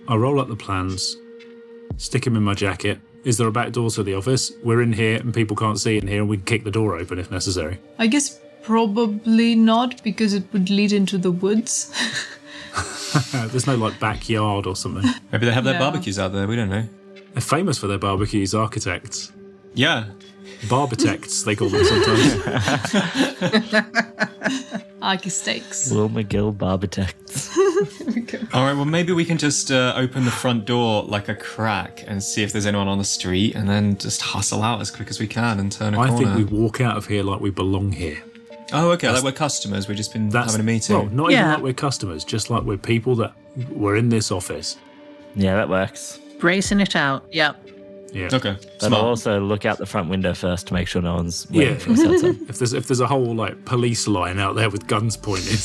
Speaker 7: I roll up the plans, stick them in my jacket, Is there a back door to the office? We're in here and people can't see in here, and we can kick the door open if necessary.
Speaker 3: I guess probably not because it would lead into the woods.
Speaker 7: Uh, There's no like backyard or something.
Speaker 4: Maybe they have
Speaker 3: No.
Speaker 4: their barbecues out there. We don't know.
Speaker 7: They're famous for their barbecues, architects.
Speaker 4: Yeah.
Speaker 7: Barbitects, they call them sometimes.
Speaker 3: Arky steaks.
Speaker 8: Will McGill Barbitects.
Speaker 4: All right. Well, maybe we can just uh, open the front door like a crack and see if there's anyone on the street, and then just hustle out as quick as we can and turn a
Speaker 7: I
Speaker 4: corner.
Speaker 7: think we walk out of here like we belong here.
Speaker 4: oh, okay. Like we're customers. We've just been
Speaker 7: That's
Speaker 4: having a meeting.
Speaker 7: Well, not even
Speaker 6: Yeah.
Speaker 7: like we're customers, just like we're people that were in this office.
Speaker 8: yeah, that works.
Speaker 6: Bracing it out. Yep.
Speaker 7: Yeah.
Speaker 4: okay.
Speaker 8: But
Speaker 4: Smart.
Speaker 8: I'll also look out the front window first to make sure no one's waiting
Speaker 7: Yeah.
Speaker 8: for us outside.
Speaker 7: If there's if there's a whole like police line out there with guns pointed,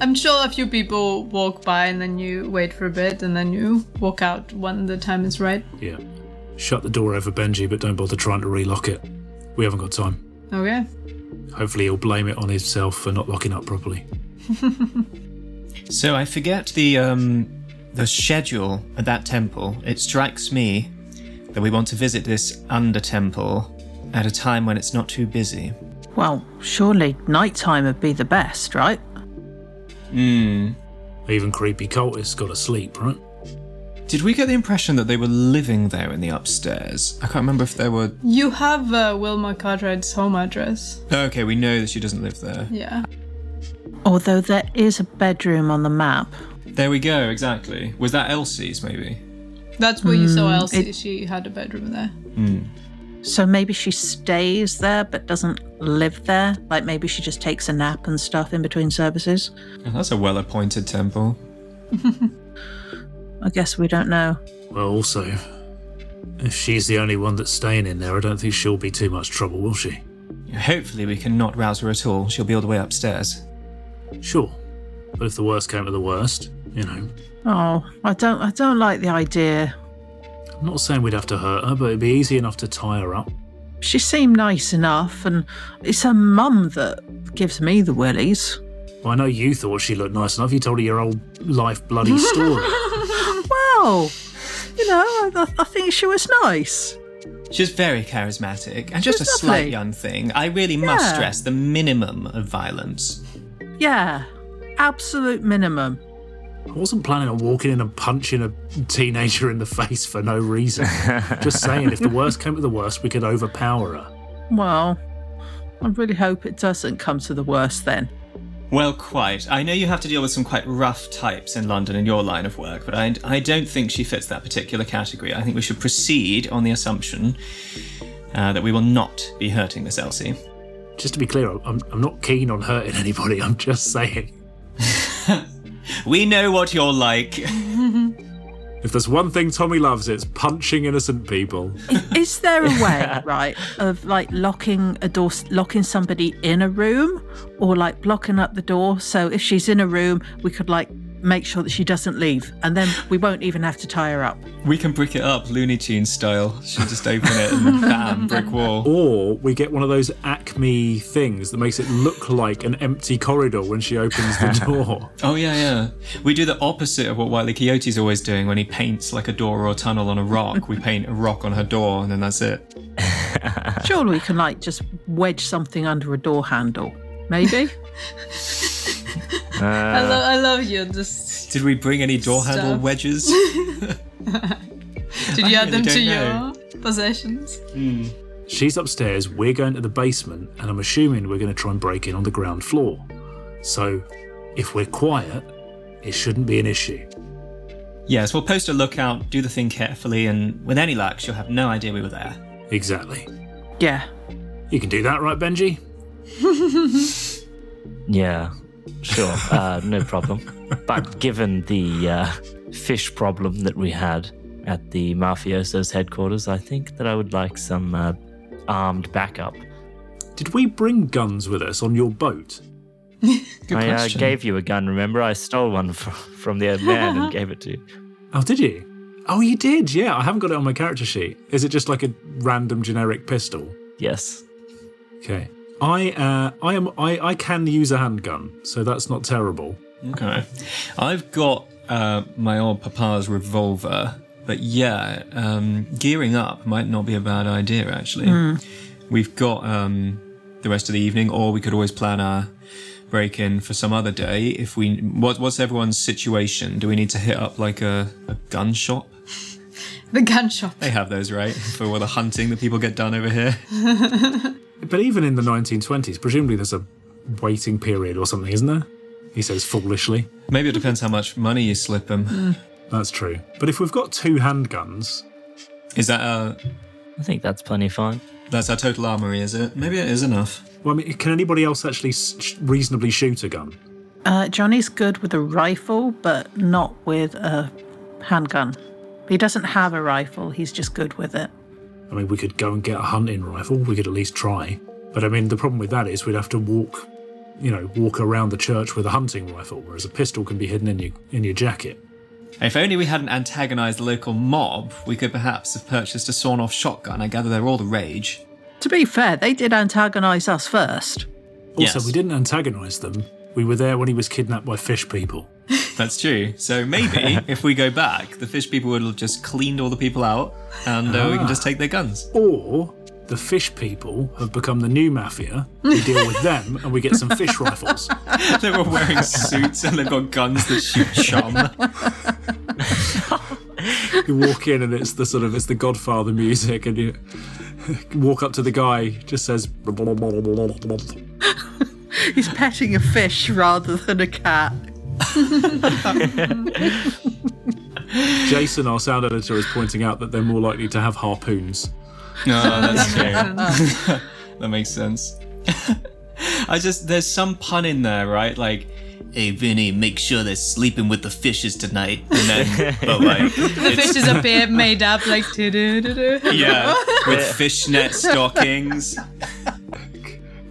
Speaker 3: I'm sure a few people walk by and then you wait for a bit and then you walk out when the time is right.
Speaker 7: yeah. Shut the door over Benji, but don't bother trying to relock it. We haven't got time.
Speaker 3: Okay.
Speaker 7: Hopefully, he'll blame it on himself for not locking up properly.
Speaker 4: So I forget the um, the schedule at that temple. It strikes me that we want to visit this under temple at a time when it's not too busy.
Speaker 6: Well, surely nighttime would be the best, right?
Speaker 4: Hmm.
Speaker 7: Even creepy cultists got to sleep, right?
Speaker 4: Did we get the impression that they were living there in the upstairs? I can't remember if there were.
Speaker 3: You have uh, Wilma Cartwright's home address.
Speaker 4: Okay, we know that she doesn't live there.
Speaker 3: Yeah.
Speaker 6: Although there is a bedroom on the map.
Speaker 4: There we go. Exactly. Was that Elsie's? Maybe.
Speaker 3: That's where you saw
Speaker 6: Mm,
Speaker 3: Elsie.
Speaker 6: it-
Speaker 3: She had a bedroom there.
Speaker 6: So maybe she stays there but doesn't live there. Like maybe she just takes a nap and stuff in between services.
Speaker 4: Oh, that's a well-appointed temple.
Speaker 6: I guess we don't know.
Speaker 7: Well, also, if she's the only one that's staying in there, I don't think she'll be too much trouble, will she?
Speaker 4: Hopefully, we can not rouse her at all. She'll be all the way upstairs.
Speaker 7: Sure, but if the worst came to the worst, you know,
Speaker 6: Oh, I don't I don't like the idea.
Speaker 7: I'm not saying we'd have to hurt her, but it'd be easy enough to tie her up.
Speaker 6: She seemed nice enough and it's her mum that gives me the willies.
Speaker 7: Well, I know you thought she looked nice enough. You told her your old life bloody story.
Speaker 6: Wow. You know, I, I- I think she was nice.
Speaker 4: She's very charismatic and just
Speaker 6: She's
Speaker 4: a slight
Speaker 6: lovely.
Speaker 4: young thing. I really must
Speaker 6: Yeah.
Speaker 4: stress the minimum of violence.
Speaker 6: Yeah. Absolute minimum.
Speaker 7: I wasn't planning on walking in and punching a teenager in the face for no reason. Just saying, if the worst came to the worst, we could overpower her.
Speaker 6: Well, I really hope it doesn't come to the worst then.
Speaker 4: Well, quite. I know you have to deal with some quite rough types in London in your line of work, but I, I don't think she fits that particular category. I think we should proceed on the assumption uh, that we will not be hurting Miss Elsie.
Speaker 7: Just to be clear, I'm, I'm not keen on hurting anybody. I'm just saying.
Speaker 4: We know what you're like.
Speaker 7: If there's one thing Tommy loves, it's punching innocent people.
Speaker 6: Is there a way, right, of like locking a door, locking somebody in a room, or like blocking up the door? So if she's in a room, we could like make sure that she doesn't leave, and then we won't even have to tie her up.
Speaker 4: we can brick it up Looney Tunes style. She'll just open it and bam, brick wall.
Speaker 7: Or we get one of those acme things that makes it look like an empty corridor when she opens the door.
Speaker 4: Oh, yeah, yeah. We do the opposite of what Wiley Coyote's always doing when he paints like a door or a tunnel on a rock. We paint a rock on her door and then that's it.
Speaker 6: Surely we can like just wedge something under a door handle, maybe.
Speaker 3: I, lo- I love you. Just
Speaker 4: Did we bring any door handle
Speaker 3: Stuff.
Speaker 4: wedges?
Speaker 3: did you
Speaker 4: I
Speaker 3: add them
Speaker 4: really
Speaker 3: to
Speaker 4: don't
Speaker 3: your possessions?
Speaker 7: She's upstairs, we're going to the basement, and I'm assuming we're going to try and break in on the ground floor. So, if we're quiet, it shouldn't be an issue.
Speaker 4: Yes, we'll post a lookout, do the thing carefully, and with any luck, she'll have no idea we were there.
Speaker 7: Exactly.
Speaker 6: yeah.
Speaker 7: You can do that, right, Benji?
Speaker 8: Yeah, sure, uh, no problem. But given the uh, fish problem that we had at the mafioso's headquarters, I think that I would like some uh, armed backup.
Speaker 7: Did we bring guns with us on your boat?
Speaker 4: Good
Speaker 8: I uh,
Speaker 4: question.
Speaker 8: gave you a gun, remember? I stole one from, from the old man and gave it to you.
Speaker 7: Oh, did you? Oh, you did, yeah. I haven't got it on my character sheet. Is it just like a random generic pistol?
Speaker 8: Yes.
Speaker 7: Okay. I uh, I am I, I can use a handgun, so that's not terrible.
Speaker 4: Okay. I've got uh, my old papa's revolver, But yeah, um, gearing up might not be a bad idea, actually. We've got um, the rest of the evening, or we could always plan our break in for some other day. If we, what, what's everyone's situation? Do we need to hit up like a, a gun shop?
Speaker 3: The gun shop.
Speaker 4: They have those, right? For all the hunting that people get done over here.
Speaker 7: But even in the 1920s, presumably there's a waiting period or something, isn't there? He says foolishly.
Speaker 4: Maybe it depends how much money you slip them.
Speaker 7: That's true. But if we've got two handguns,
Speaker 4: Is that our,
Speaker 8: I think that's plenty fine.
Speaker 4: that's our total armory? Is it? Maybe it is enough.
Speaker 7: well, I mean, can anybody else actually s- sh- reasonably shoot a gun?
Speaker 6: Uh, Johnny's good with a rifle, but not with a handgun. He doesn't have a rifle, he's just good with it.
Speaker 7: I mean, we could go and get a hunting rifle. We could at least try. But I mean, the problem with that is we'd have to walk, you know, walk around the church with a hunting rifle, whereas a pistol can be hidden in your in your jacket.
Speaker 4: If only we hadn't antagonised the local mob, we could perhaps have purchased a sawn-off shotgun. I gather they're all the rage.
Speaker 6: To be fair, they did antagonize us first.
Speaker 7: Also,
Speaker 4: Yes.
Speaker 7: we didn't antagonise them. We were there when he was kidnapped by fish people.
Speaker 4: That's true. So maybe if we go back, the fish people would have just cleaned all the people out, and uh, we can just take their guns.
Speaker 7: Or the fish people have become the new mafia. We deal with them and we get some fish rifles.
Speaker 4: They're all wearing suits and they've got guns that shoot chum.
Speaker 7: You walk in and it's the sort of it's the Godfather music, and you walk up to the guy, just says.
Speaker 6: He's petting a fish rather than a cat.
Speaker 7: Jason, our sound editor, is pointing out that they're more likely to have harpoons.
Speaker 4: No, that's true. that makes sense. I just there's some pun in there, right? Like, hey Vinny, make sure they're sleeping with the fishes tonight. And then, but like,
Speaker 3: The fish is a bit made up, like do do do do.
Speaker 4: yeah, with fishnet stockings.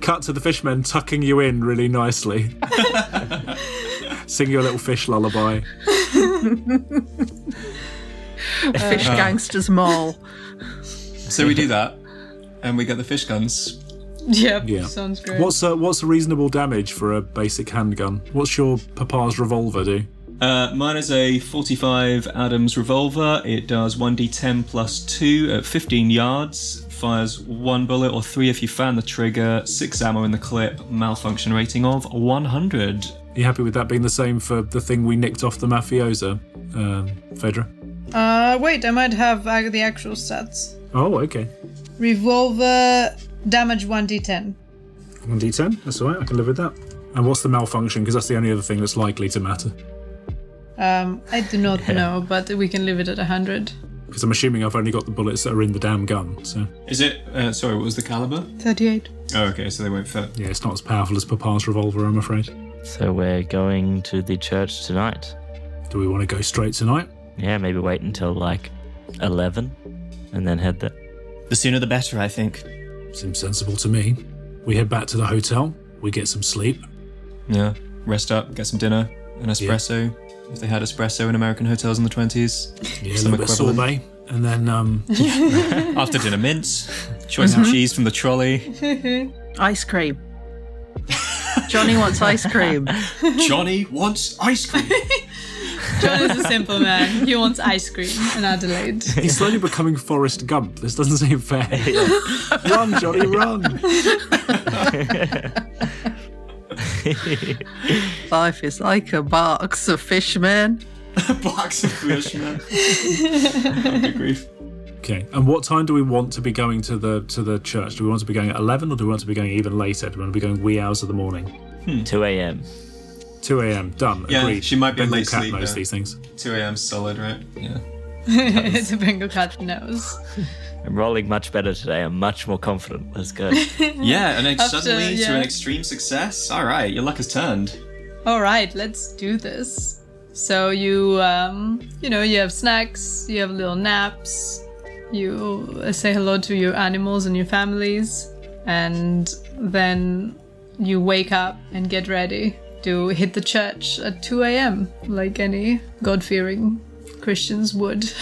Speaker 7: Cut to the fishmen tucking you in really nicely. Sing your little fish lullaby.
Speaker 6: Fish gangsters mall.
Speaker 4: So we do that, and we get the fish guns.
Speaker 3: Yep.
Speaker 7: Yeah.
Speaker 3: Sounds great.
Speaker 7: What's uh, what's reasonable damage for a basic handgun? What's your papa's revolver do?
Speaker 4: Uh, mine is a 45 Adams revolver. It does 1d10 plus 2 at 15 yards. Fires one bullet or three if you fan the trigger. Six ammo in the clip. Malfunction rating of 100.
Speaker 7: You happy with that being the same for the thing we nicked off the mafiosa, um, Phaedra?
Speaker 3: Uh, wait, I might have uh, the actual stats.
Speaker 7: Oh, okay.
Speaker 3: Revolver damage one d10.
Speaker 7: One d10. That's all right. I can live with that. And what's the malfunction? Because that's the only other thing that's likely to matter.
Speaker 3: Um, I do not know, but we can leave it at hundred.
Speaker 7: Because I'm assuming I've only got the bullets that are in the damn gun. So
Speaker 4: Is it? Uh, sorry, what was the caliber?
Speaker 3: Thirty-eight.
Speaker 4: Oh, okay, so they won't fit.
Speaker 7: yeah, it's not as powerful as papa's revolver, I'm afraid.
Speaker 8: So we're going to the church tonight.
Speaker 7: Do we want to go straight tonight?
Speaker 8: Yeah, maybe wait until like 11 and then head there.
Speaker 4: The sooner the better, I think.
Speaker 7: Seems sensible to me. We head back to the hotel. We get some sleep.
Speaker 4: Yeah. Rest up, get some dinner, an espresso. If they had espresso in American hotels in the 20s.
Speaker 7: Yeah, a
Speaker 4: Some
Speaker 7: little bit of sorbet, and then um,
Speaker 4: After dinner, mints, choice of cheese from the trolley.
Speaker 6: Ice cream. Johnny wants ice cream.
Speaker 4: Johnny wants ice cream.
Speaker 3: John is a simple man. He wants ice cream in Adelaide.
Speaker 7: He's slowly becoming Forrest Gump. This doesn't seem fair. run, Johnny, run!
Speaker 6: Life is like a box of fishmen.
Speaker 4: Box of fish, man. Good grief.
Speaker 7: Okay. And what time do we want to be going to the to the church? Do we want to be going at eleven, or do we want to be going even later? Do we want to be going wee hours of the morning?
Speaker 8: 2 a.m.
Speaker 7: Two a.m. Done.
Speaker 4: Yeah,
Speaker 7: Agreed.
Speaker 4: she might be a
Speaker 7: Bengal
Speaker 4: late
Speaker 7: cat
Speaker 4: sleeper.
Speaker 7: knows these things.
Speaker 4: 2 a.m. solid, right? Yeah.
Speaker 3: it's a Bengal cat nose.
Speaker 8: I'm rolling much better today. I'm much more confident. Let's go.
Speaker 4: Yeah, and then
Speaker 3: After-
Speaker 4: suddenly to
Speaker 3: yeah.
Speaker 4: an extreme success. All right, your luck has turned.
Speaker 3: All right, let's do this. So you, um, you know, you have snacks, you have little naps, you uh, say hello to your animals and your families, and then you wake up and get ready to hit the church at 2 a.m. like any God-fearing Christians would.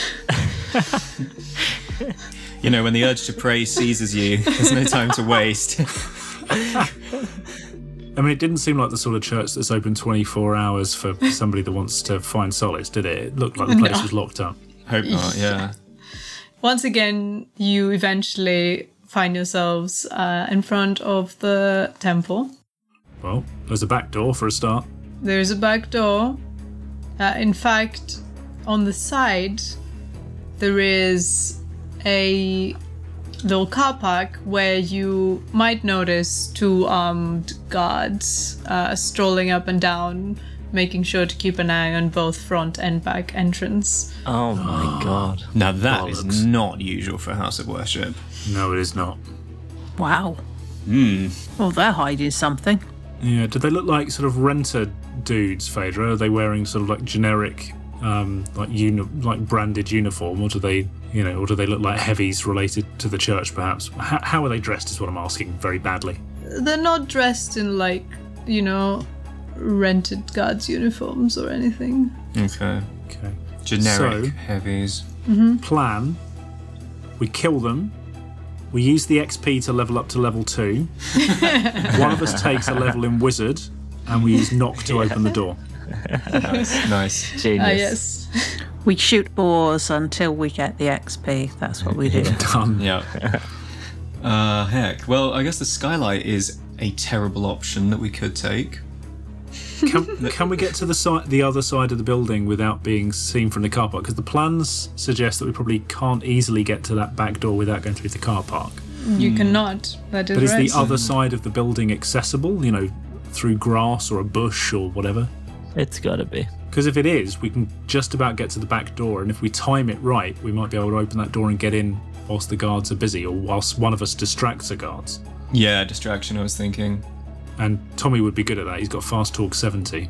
Speaker 4: You know, when the urge to pray seizes you, there's no time to waste.
Speaker 7: I mean, it didn't seem like the sort of church that's open twenty four hours for somebody that wants to find solace, did it? It looked like the place was locked up.
Speaker 4: Hope not, yeah.
Speaker 3: Once again, you eventually find yourselves uh, in front of the temple.
Speaker 7: Well, there's a back door for a start.
Speaker 3: There is a back door. Uh, in fact, on the side, there is a little car park where you might notice two armed guards uh, strolling up and down, making sure to keep an eye on both front and back entrance.
Speaker 8: Oh my god.
Speaker 4: Now that is not usual for a house of worship.
Speaker 7: No, it is not.
Speaker 6: Wow. Well, they're hiding something.
Speaker 7: Yeah, do they look like sort of renter dudes, Phaedra? Are they wearing sort of like generic, um, like uni- like branded uniform, or do they, you know, or do they look like heavies related to the church, perhaps? How, how are they dressed? Is what I'm asking very badly.
Speaker 3: They're not dressed in, like, you know, rented guards' uniforms or anything.
Speaker 4: Okay.
Speaker 7: Okay.
Speaker 4: Generic
Speaker 7: So-
Speaker 4: heavies.
Speaker 7: Plan: we kill them. We use the XP to level up to level two. One of us takes a level in wizard, and we use knock to open the door.
Speaker 4: Nice.
Speaker 8: Genius.
Speaker 3: Ah, yes.
Speaker 6: We shoot boars until we get the XP. That's what we do.
Speaker 7: Done.
Speaker 4: Yeah. Uh, heck. Well, I guess the skylight is a terrible option that we could take.
Speaker 7: Can, can we get to the side, the other side of the building without being seen from the car park? Because the plans suggest that we probably can't easily get to that back door without going through the car park.
Speaker 3: You cannot. That is
Speaker 7: Hmm. But is
Speaker 3: right.
Speaker 7: the other side of the building accessible? You know, through grass or a bush or whatever.
Speaker 8: It's gotta be.
Speaker 7: Because if it is, we can just about get to the back door, and if we time it right, we might be able to open that door and get in whilst the guards are busy, or whilst one of us distracts the guards.
Speaker 4: Yeah, distraction. I was thinking.
Speaker 7: and Tommy would be good at that. He's got fast talk 70.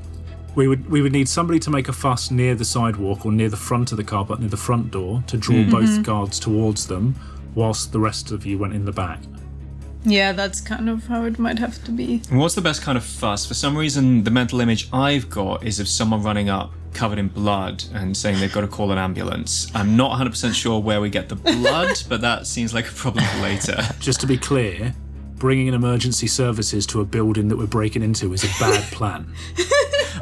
Speaker 7: We would we would need somebody to make a fuss near the sidewalk or near the front of the car, but near the front door to draw
Speaker 4: Mm-hmm.
Speaker 7: both guards towards them, whilst the rest of you went in the back.
Speaker 3: yeah, that's kind of how it might have to be.
Speaker 4: And What's the best kind of fuss? For some reason, the mental image I've got is of someone running up covered in blood and saying they've got to call an ambulance. I'm not 100% sure where we get the blood, but that seems like a problem for later.
Speaker 7: Just to be clear, bringing in emergency services to a building that we're breaking into is a bad plan.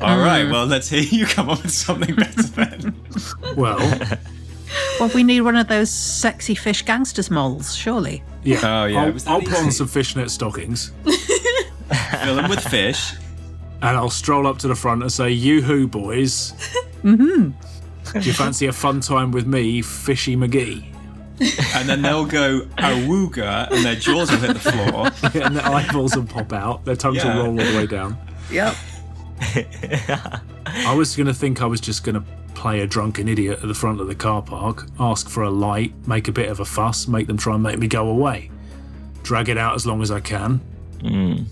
Speaker 4: All right, well, let's hear you come up with something better then.
Speaker 7: well,
Speaker 6: well, we need one of those sexy fish gangsters moles, surely.
Speaker 7: yeah.
Speaker 4: Oh, yeah, it was
Speaker 7: I'll,
Speaker 4: that
Speaker 7: I'll put on
Speaker 4: easy.
Speaker 7: some fishnet stockings
Speaker 4: Fill them with fish.
Speaker 7: and I'll stroll up to the front and say, "You hoo, boys."
Speaker 4: Mm-hmm.
Speaker 7: Do you fancy a fun time with me, Fishy McGee?
Speaker 4: and then they'll go awooga and their jaws will hit the floor.
Speaker 7: and their eyeballs will pop out. Their tongues
Speaker 4: Yeah.
Speaker 7: will roll all the way down.
Speaker 6: Yep.
Speaker 7: I was going to think I was just going to play a drunken idiot at the front of the car park, ask for a light, make a bit of a fuss, make them try and make me go away, drag it out as long as I can.
Speaker 4: Hmm.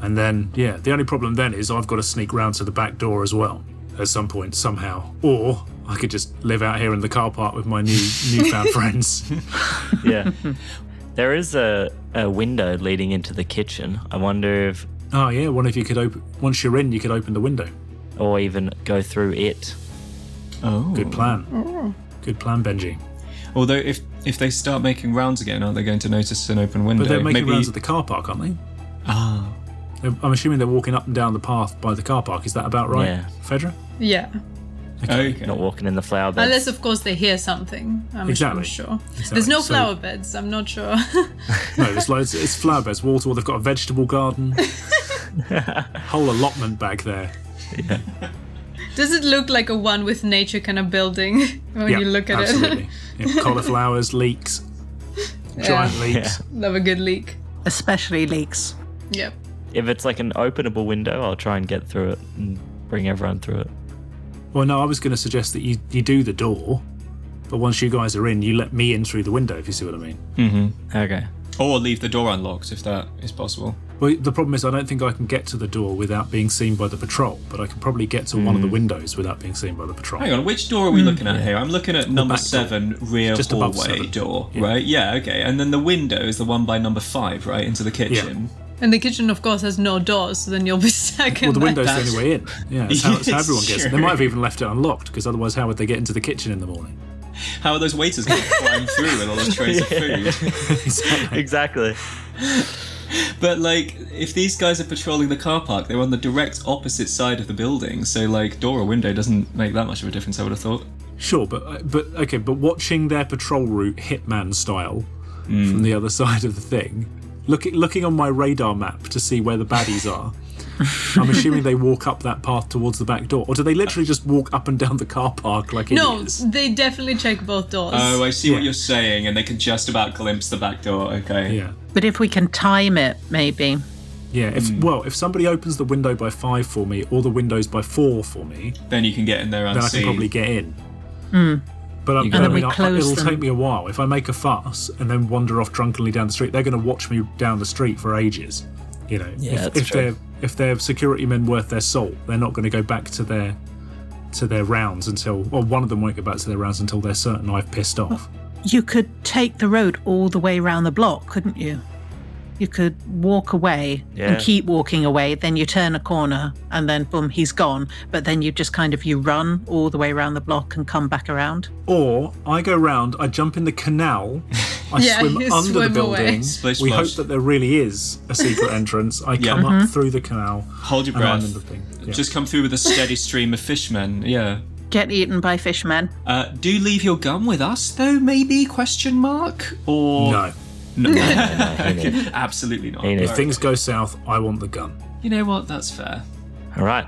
Speaker 7: And then, yeah, the only problem then is I've got to sneak round to the back door as well at some point, somehow. Or I could just live out here in the car park with my new newfound friends.
Speaker 8: Yeah. there is a, a window leading into the kitchen. I wonder if,
Speaker 7: Oh, yeah, one of you could open, once you're in, you could open the window.
Speaker 8: or even go through it.
Speaker 4: Oh.
Speaker 7: Good plan. Good plan, Benji.
Speaker 4: Although if if they start making rounds again, aren't they going to notice an open window?
Speaker 7: But they're making
Speaker 4: Maybe
Speaker 7: rounds at the car park, aren't they?
Speaker 4: Ah.
Speaker 7: They're- I'm assuming they're walking up and down the path by the car park. Is that about right,
Speaker 8: Yeah.
Speaker 7: Fedra?
Speaker 3: Yeah.
Speaker 7: Ah,
Speaker 4: Okay.
Speaker 8: Not walking in the flower bed.
Speaker 3: Unless, of course, they hear something. I'm
Speaker 7: Exactly.
Speaker 3: I'm sure. There's no
Speaker 7: So-
Speaker 3: flower beds. I'm not sure.
Speaker 7: No, there's loads. It's flower beds, water. They've got a vegetable garden, whole allotment back there.
Speaker 3: Does it look like a one with nature kind of building when
Speaker 7: yeah,
Speaker 3: you look at
Speaker 7: absolutely.
Speaker 3: it?
Speaker 7: Yeah, cauliflowers, leeks, giant leeks.
Speaker 3: Love a good leak.
Speaker 6: Especially leaks.
Speaker 3: Yep.
Speaker 8: if it's like an openable window, I'll try and get through it and bring everyone through it.
Speaker 7: Well, no, I was going to suggest that you you do the door, but once you guys are in, you let me in through the window. If you see what I mean.
Speaker 8: Okay.
Speaker 4: Or leave the door unlocked if that is possible.
Speaker 7: Well, the problem is, I don't think I can get to the door without being seen by the patrol, but I can probably get to one of the windows without being seen by the patrol.
Speaker 4: Hang on, which door are we looking at here? I'm looking at number
Speaker 7: Hmm, back door.
Speaker 4: seven rear
Speaker 7: Just above
Speaker 4: hallway
Speaker 7: seven.
Speaker 4: door, right? Yeah, okay. And then the window is the one by number five, right, into the kitchen.
Speaker 3: And the kitchen, of course, has no doors, so then you'll be stuck in
Speaker 7: Well, the
Speaker 3: there.
Speaker 7: window's
Speaker 4: That's-
Speaker 7: the only way in. Yeah, that's how, that's how
Speaker 4: Yes,
Speaker 7: everyone gets. it. They
Speaker 4: sure.
Speaker 7: might have even left it unlocked because otherwise, how would they get into the kitchen in the morning?
Speaker 4: How are those waiters going to climb through with all those trays of food?
Speaker 8: Exactly.
Speaker 4: But like, if these guys are patrolling the car park, they're on the direct opposite side of the building, so like, door or window doesn't make that much of a difference. I would have thought.
Speaker 7: Sure, but uh, but okay, but watching their patrol route hitman style from
Speaker 4: Mm.
Speaker 7: the other side of the thing, looking looking on my radar map to see where the baddies are. I'm assuming they walk up that path towards the back door, or do they literally just walk up and down the car park like
Speaker 3: No,
Speaker 7: idiots?
Speaker 3: they definitely check both doors.
Speaker 4: Oh, I see what you're saying, and they can just about glimpse the back door. Okay.
Speaker 7: Yeah.
Speaker 6: But if we can time it, maybe.
Speaker 7: Yeah, if
Speaker 4: Mm.
Speaker 7: well, if somebody opens the window by five for me, or the windows by four for me,
Speaker 4: Then you can get in there
Speaker 7: then I
Speaker 4: unseen.
Speaker 7: can probably get in.
Speaker 3: Hmm.
Speaker 7: But I'm,
Speaker 10: can-
Speaker 7: I
Speaker 10: And then
Speaker 7: mean,
Speaker 6: we
Speaker 7: I-
Speaker 6: close
Speaker 7: it'll
Speaker 6: them.
Speaker 7: take me a while. If I make a fuss and then wander off drunkenly down the street, they're going to watch me down the street for ages. You know,
Speaker 10: Yeah,
Speaker 7: if,
Speaker 10: that's
Speaker 7: if
Speaker 10: true.
Speaker 7: they're if they're security men worth their salt, they're not going to go back to their to their rounds until well, one of them won't go back to their rounds until they're certain I've pissed off.
Speaker 6: You could take the road all the way around the block, couldn't you? You could walk away
Speaker 8: Yeah.
Speaker 6: and keep walking away, then you turn a corner and then boom, he's gone. But then you just kind of you run all the way around the block and come back around.
Speaker 7: Or I go round, I jump in the canal, I
Speaker 3: Yeah,
Speaker 7: swim
Speaker 3: you
Speaker 7: under
Speaker 3: swim
Speaker 7: the building.
Speaker 3: away.
Speaker 4: Splish
Speaker 7: we
Speaker 4: splash.
Speaker 7: hope that there really is a secret entrance. I
Speaker 4: Yeah.
Speaker 7: come
Speaker 3: Mm-hmm.
Speaker 7: up through the canal.
Speaker 4: Hold your
Speaker 7: and I'm
Speaker 4: breath.
Speaker 7: in the thing. Yeah.
Speaker 4: Just come through with a steady stream of fishmen. Yeah.
Speaker 6: Get eaten by fishmen.
Speaker 4: Uh, do leave your gun with us, though. Maybe question mark or
Speaker 7: no.
Speaker 4: No.
Speaker 8: he knew.
Speaker 4: Absolutely not.
Speaker 8: He knew.
Speaker 7: If things go south, I want the gun.
Speaker 4: You know what? That's fair.
Speaker 8: All right.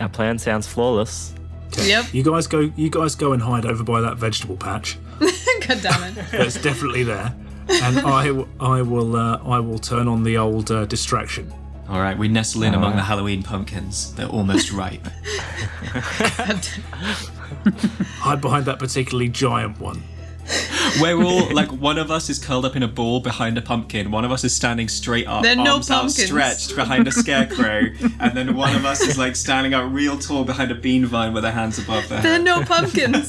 Speaker 8: Our plan sounds flawless.
Speaker 3: Yep.
Speaker 7: You guys go. You guys go and hide over by that vegetable patch.
Speaker 3: God damn it.
Speaker 7: That's definitely there. And I, w- I will, uh, I will turn on the old uh, distraction.
Speaker 4: All right, we nestle in among the Halloween pumpkins. They're almost ripe.
Speaker 7: Hide behind that particularly giant one.
Speaker 4: We're all like one of us is curled up in a ball behind a pumpkin. One of us is standing straight up,
Speaker 3: There are no
Speaker 4: arms
Speaker 3: pumpkins.
Speaker 4: outstretched behind a scarecrow, and then one of us is like standing up real tall behind a bean vine with their hands above their
Speaker 3: There are
Speaker 4: head.
Speaker 3: no pumpkins.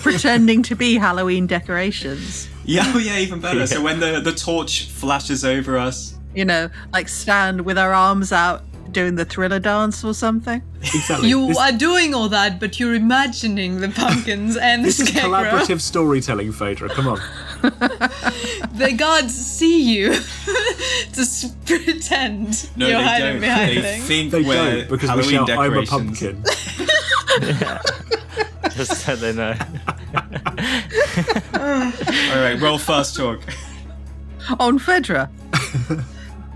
Speaker 6: pretending to be Halloween decorations.
Speaker 4: Yeah, oh yeah, even better. So when the the torch flashes over us,
Speaker 6: You know, like stand with our arms out doing the thriller dance or something.
Speaker 7: Exactly.
Speaker 3: you
Speaker 7: this
Speaker 3: are doing all that, but you're imagining the pumpkins and the
Speaker 7: this is
Speaker 3: scarecrow.
Speaker 7: collaborative storytelling, Phaedra. Come on.
Speaker 3: The guards see you. Just pretend
Speaker 4: no,
Speaker 3: you're
Speaker 4: they
Speaker 3: hiding
Speaker 4: don't.
Speaker 3: behind
Speaker 4: They
Speaker 3: things.
Speaker 4: think
Speaker 7: They
Speaker 4: we're
Speaker 7: don't because
Speaker 4: Halloween
Speaker 7: Michelle, I'm a
Speaker 4: decorations.
Speaker 7: pumpkin.
Speaker 8: Just so they know.
Speaker 4: All right, roll fast talk.
Speaker 6: On Fedra.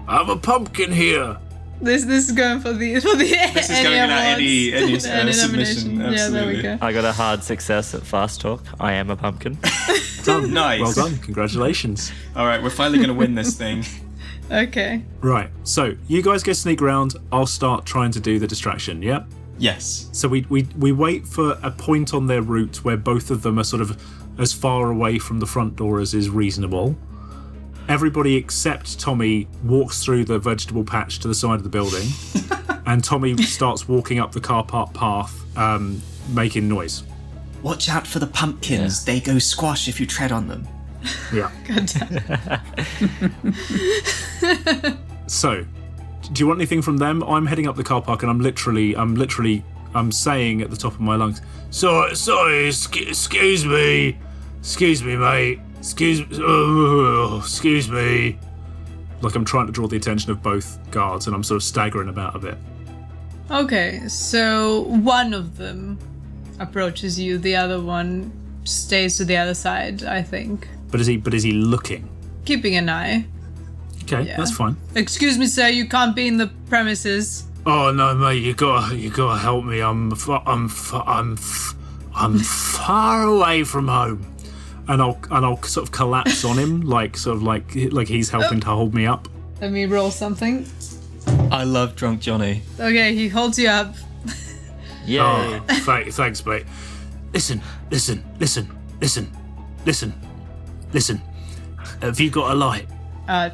Speaker 7: I'm a pumpkin here.
Speaker 3: This this is going for the for the
Speaker 4: This is going without any any uh, submission. Absolutely.
Speaker 3: Yeah, there we go.
Speaker 8: I got a hard success at fast talk. I am a pumpkin.
Speaker 7: Done.
Speaker 4: Nice.
Speaker 7: Well done. Congratulations.
Speaker 4: All right, we're finally going to win this thing.
Speaker 3: Okay.
Speaker 7: Right. So you guys go sneak round. I'll start trying to do the distraction. Yeah.
Speaker 4: Yes.
Speaker 7: So we, we we wait for a point on their route where both of them are sort of as far away from the front door as is reasonable. Everybody except Tommy walks through the vegetable patch to the side of the building, and Tommy starts walking up the car park path, um, making noise.
Speaker 4: Watch out for the pumpkins. They go squash if you tread on them.
Speaker 7: Yeah.
Speaker 3: God damn.
Speaker 7: So, do you want anything from them? I'm heading up the car park, and I'm literally, I'm literally, I'm saying at the top of my lungs, "Sorry, sorry, sc- excuse me, excuse me, mate, excuse, oh, excuse me." Like I'm trying to draw the attention of both guards, and I'm sort of staggering about a bit.
Speaker 3: Okay, so one of them approaches you, the other one stays to the other side, I think.
Speaker 7: But is he? But is he looking?
Speaker 3: Keeping an eye.
Speaker 7: Okay,
Speaker 3: Yeah.
Speaker 7: that's fine.
Speaker 3: Excuse me, sir, you can't be in the premises.
Speaker 7: Oh no, mate, you gotta, you gotta help me. I'm, f- I'm, f- I'm, f- I'm far away from home, and I'll, and I'll sort of collapse on him, like sort of like, like he's helping to hold me up.
Speaker 3: Let me roll something.
Speaker 4: I love drunk Johnny.
Speaker 3: Okay, he holds you up.
Speaker 8: Yeah.
Speaker 7: Oh, th- thanks, mate. Listen, listen, listen, listen, listen, listen. Have you got a light?
Speaker 3: Uh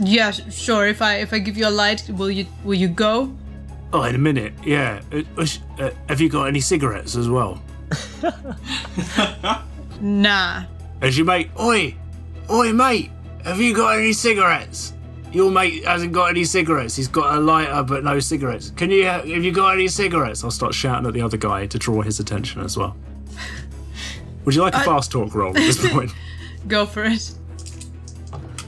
Speaker 3: yeah, s- sure. If I if I give you a light, will you will you go?
Speaker 7: Oh, in a minute. Yeah. Uh, uh, sh- uh, have you got any cigarettes as well?
Speaker 3: Nah.
Speaker 7: As your mate, oi, oi, mate, have you got any cigarettes? Your mate hasn't got any cigarettes. He's got a lighter, but no cigarettes. Can you have you got any cigarettes? I'll start shouting at the other guy to draw his attention as well. Would you like a fast talk roll at this point?
Speaker 3: Go for it.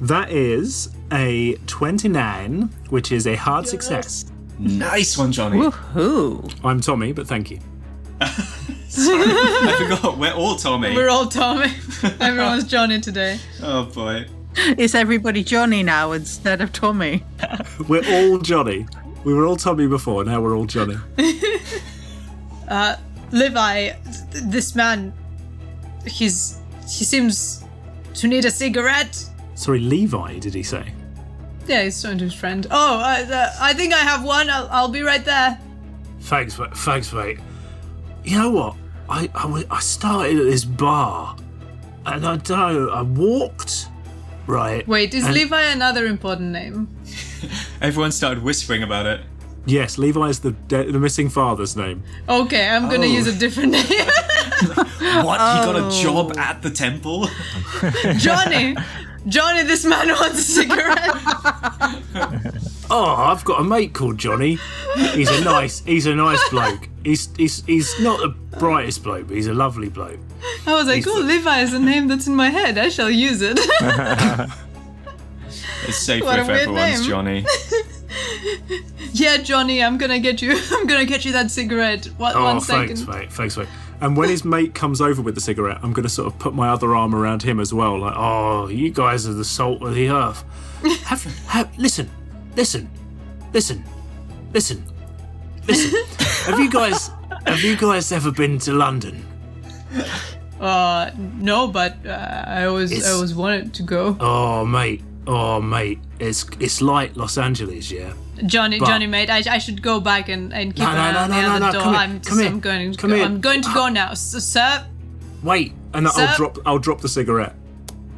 Speaker 7: that is a twenty-nine, which is a hard success.
Speaker 4: Nice one, Johnny.
Speaker 6: Woohoo.
Speaker 7: I'm Tommy, but thank you.
Speaker 4: I forgot. We're all Tommy.
Speaker 3: We're all Tommy. Everyone's Johnny today.
Speaker 4: oh boy.
Speaker 6: Is everybody Johnny now instead of Tommy?
Speaker 7: We're all Johnny. We were all Tommy before, now we're all Johnny.
Speaker 3: Levi, th- this man, he's he seems to need a cigarette.
Speaker 7: Sorry, Levi, did he say?
Speaker 3: Yeah, he's talking to his friend. Oh, I, uh, I think I have one. I'll, I'll be right there.
Speaker 7: Thanks, mate. Thanks, mate. You know what? I, I, wa- I started at this bar, and I don't. I walked, right?
Speaker 3: Wait, is
Speaker 7: and-
Speaker 3: Levi another important name?
Speaker 4: Everyone started whispering about it.
Speaker 7: Yes, Levi is the the missing father's name.
Speaker 3: Okay, I'm gonna use a different name.
Speaker 4: What? He got
Speaker 3: Oh.
Speaker 4: a job at the temple?
Speaker 3: Johnny! Johnny, this man wants a cigarette.
Speaker 7: Oh, I've got a mate called Johnny. He's a nice. he's a nice bloke. He's he's he's not the brightest bloke, but he's a lovely bloke.
Speaker 3: I was like, oh, Levi is a name that's in my head. I shall use it.
Speaker 4: It's safer
Speaker 3: What a
Speaker 4: if
Speaker 3: weird
Speaker 4: everyone's
Speaker 3: name.
Speaker 4: Johnny.
Speaker 3: yeah, Johnny, I'm gonna get you. I'm gonna get you that cigarette. What,
Speaker 7: Oh,
Speaker 3: One second.
Speaker 7: thanks, mate. Thanks, mate. And when his mate comes over with the cigarette, I'm going to sort of put my other arm around him as well, like, "Oh, you guys are the salt of the earth." Have, have listen, listen, listen, listen, listen. have you guys have you guys ever been to London?
Speaker 3: Uh, no, but uh, I always,
Speaker 7: It's-
Speaker 3: I always wanted to go.
Speaker 7: Oh, mate. Oh, mate. It's it's like Los Angeles, yeah.
Speaker 3: Johnny,
Speaker 7: but-
Speaker 3: Johnny, mate, I, I should go back and, and keep
Speaker 7: No,
Speaker 3: an
Speaker 7: no,
Speaker 3: eye
Speaker 7: no,
Speaker 3: on the
Speaker 7: no, no,
Speaker 3: other
Speaker 7: no,
Speaker 3: door.
Speaker 7: come here,
Speaker 3: I'm,
Speaker 7: come here,
Speaker 3: I'm going to
Speaker 7: come
Speaker 3: go.
Speaker 7: here. Ah.
Speaker 3: I'm going to go now, S- sir.
Speaker 7: Wait, and then
Speaker 3: Sir?
Speaker 7: I'll drop I'll drop the cigarette.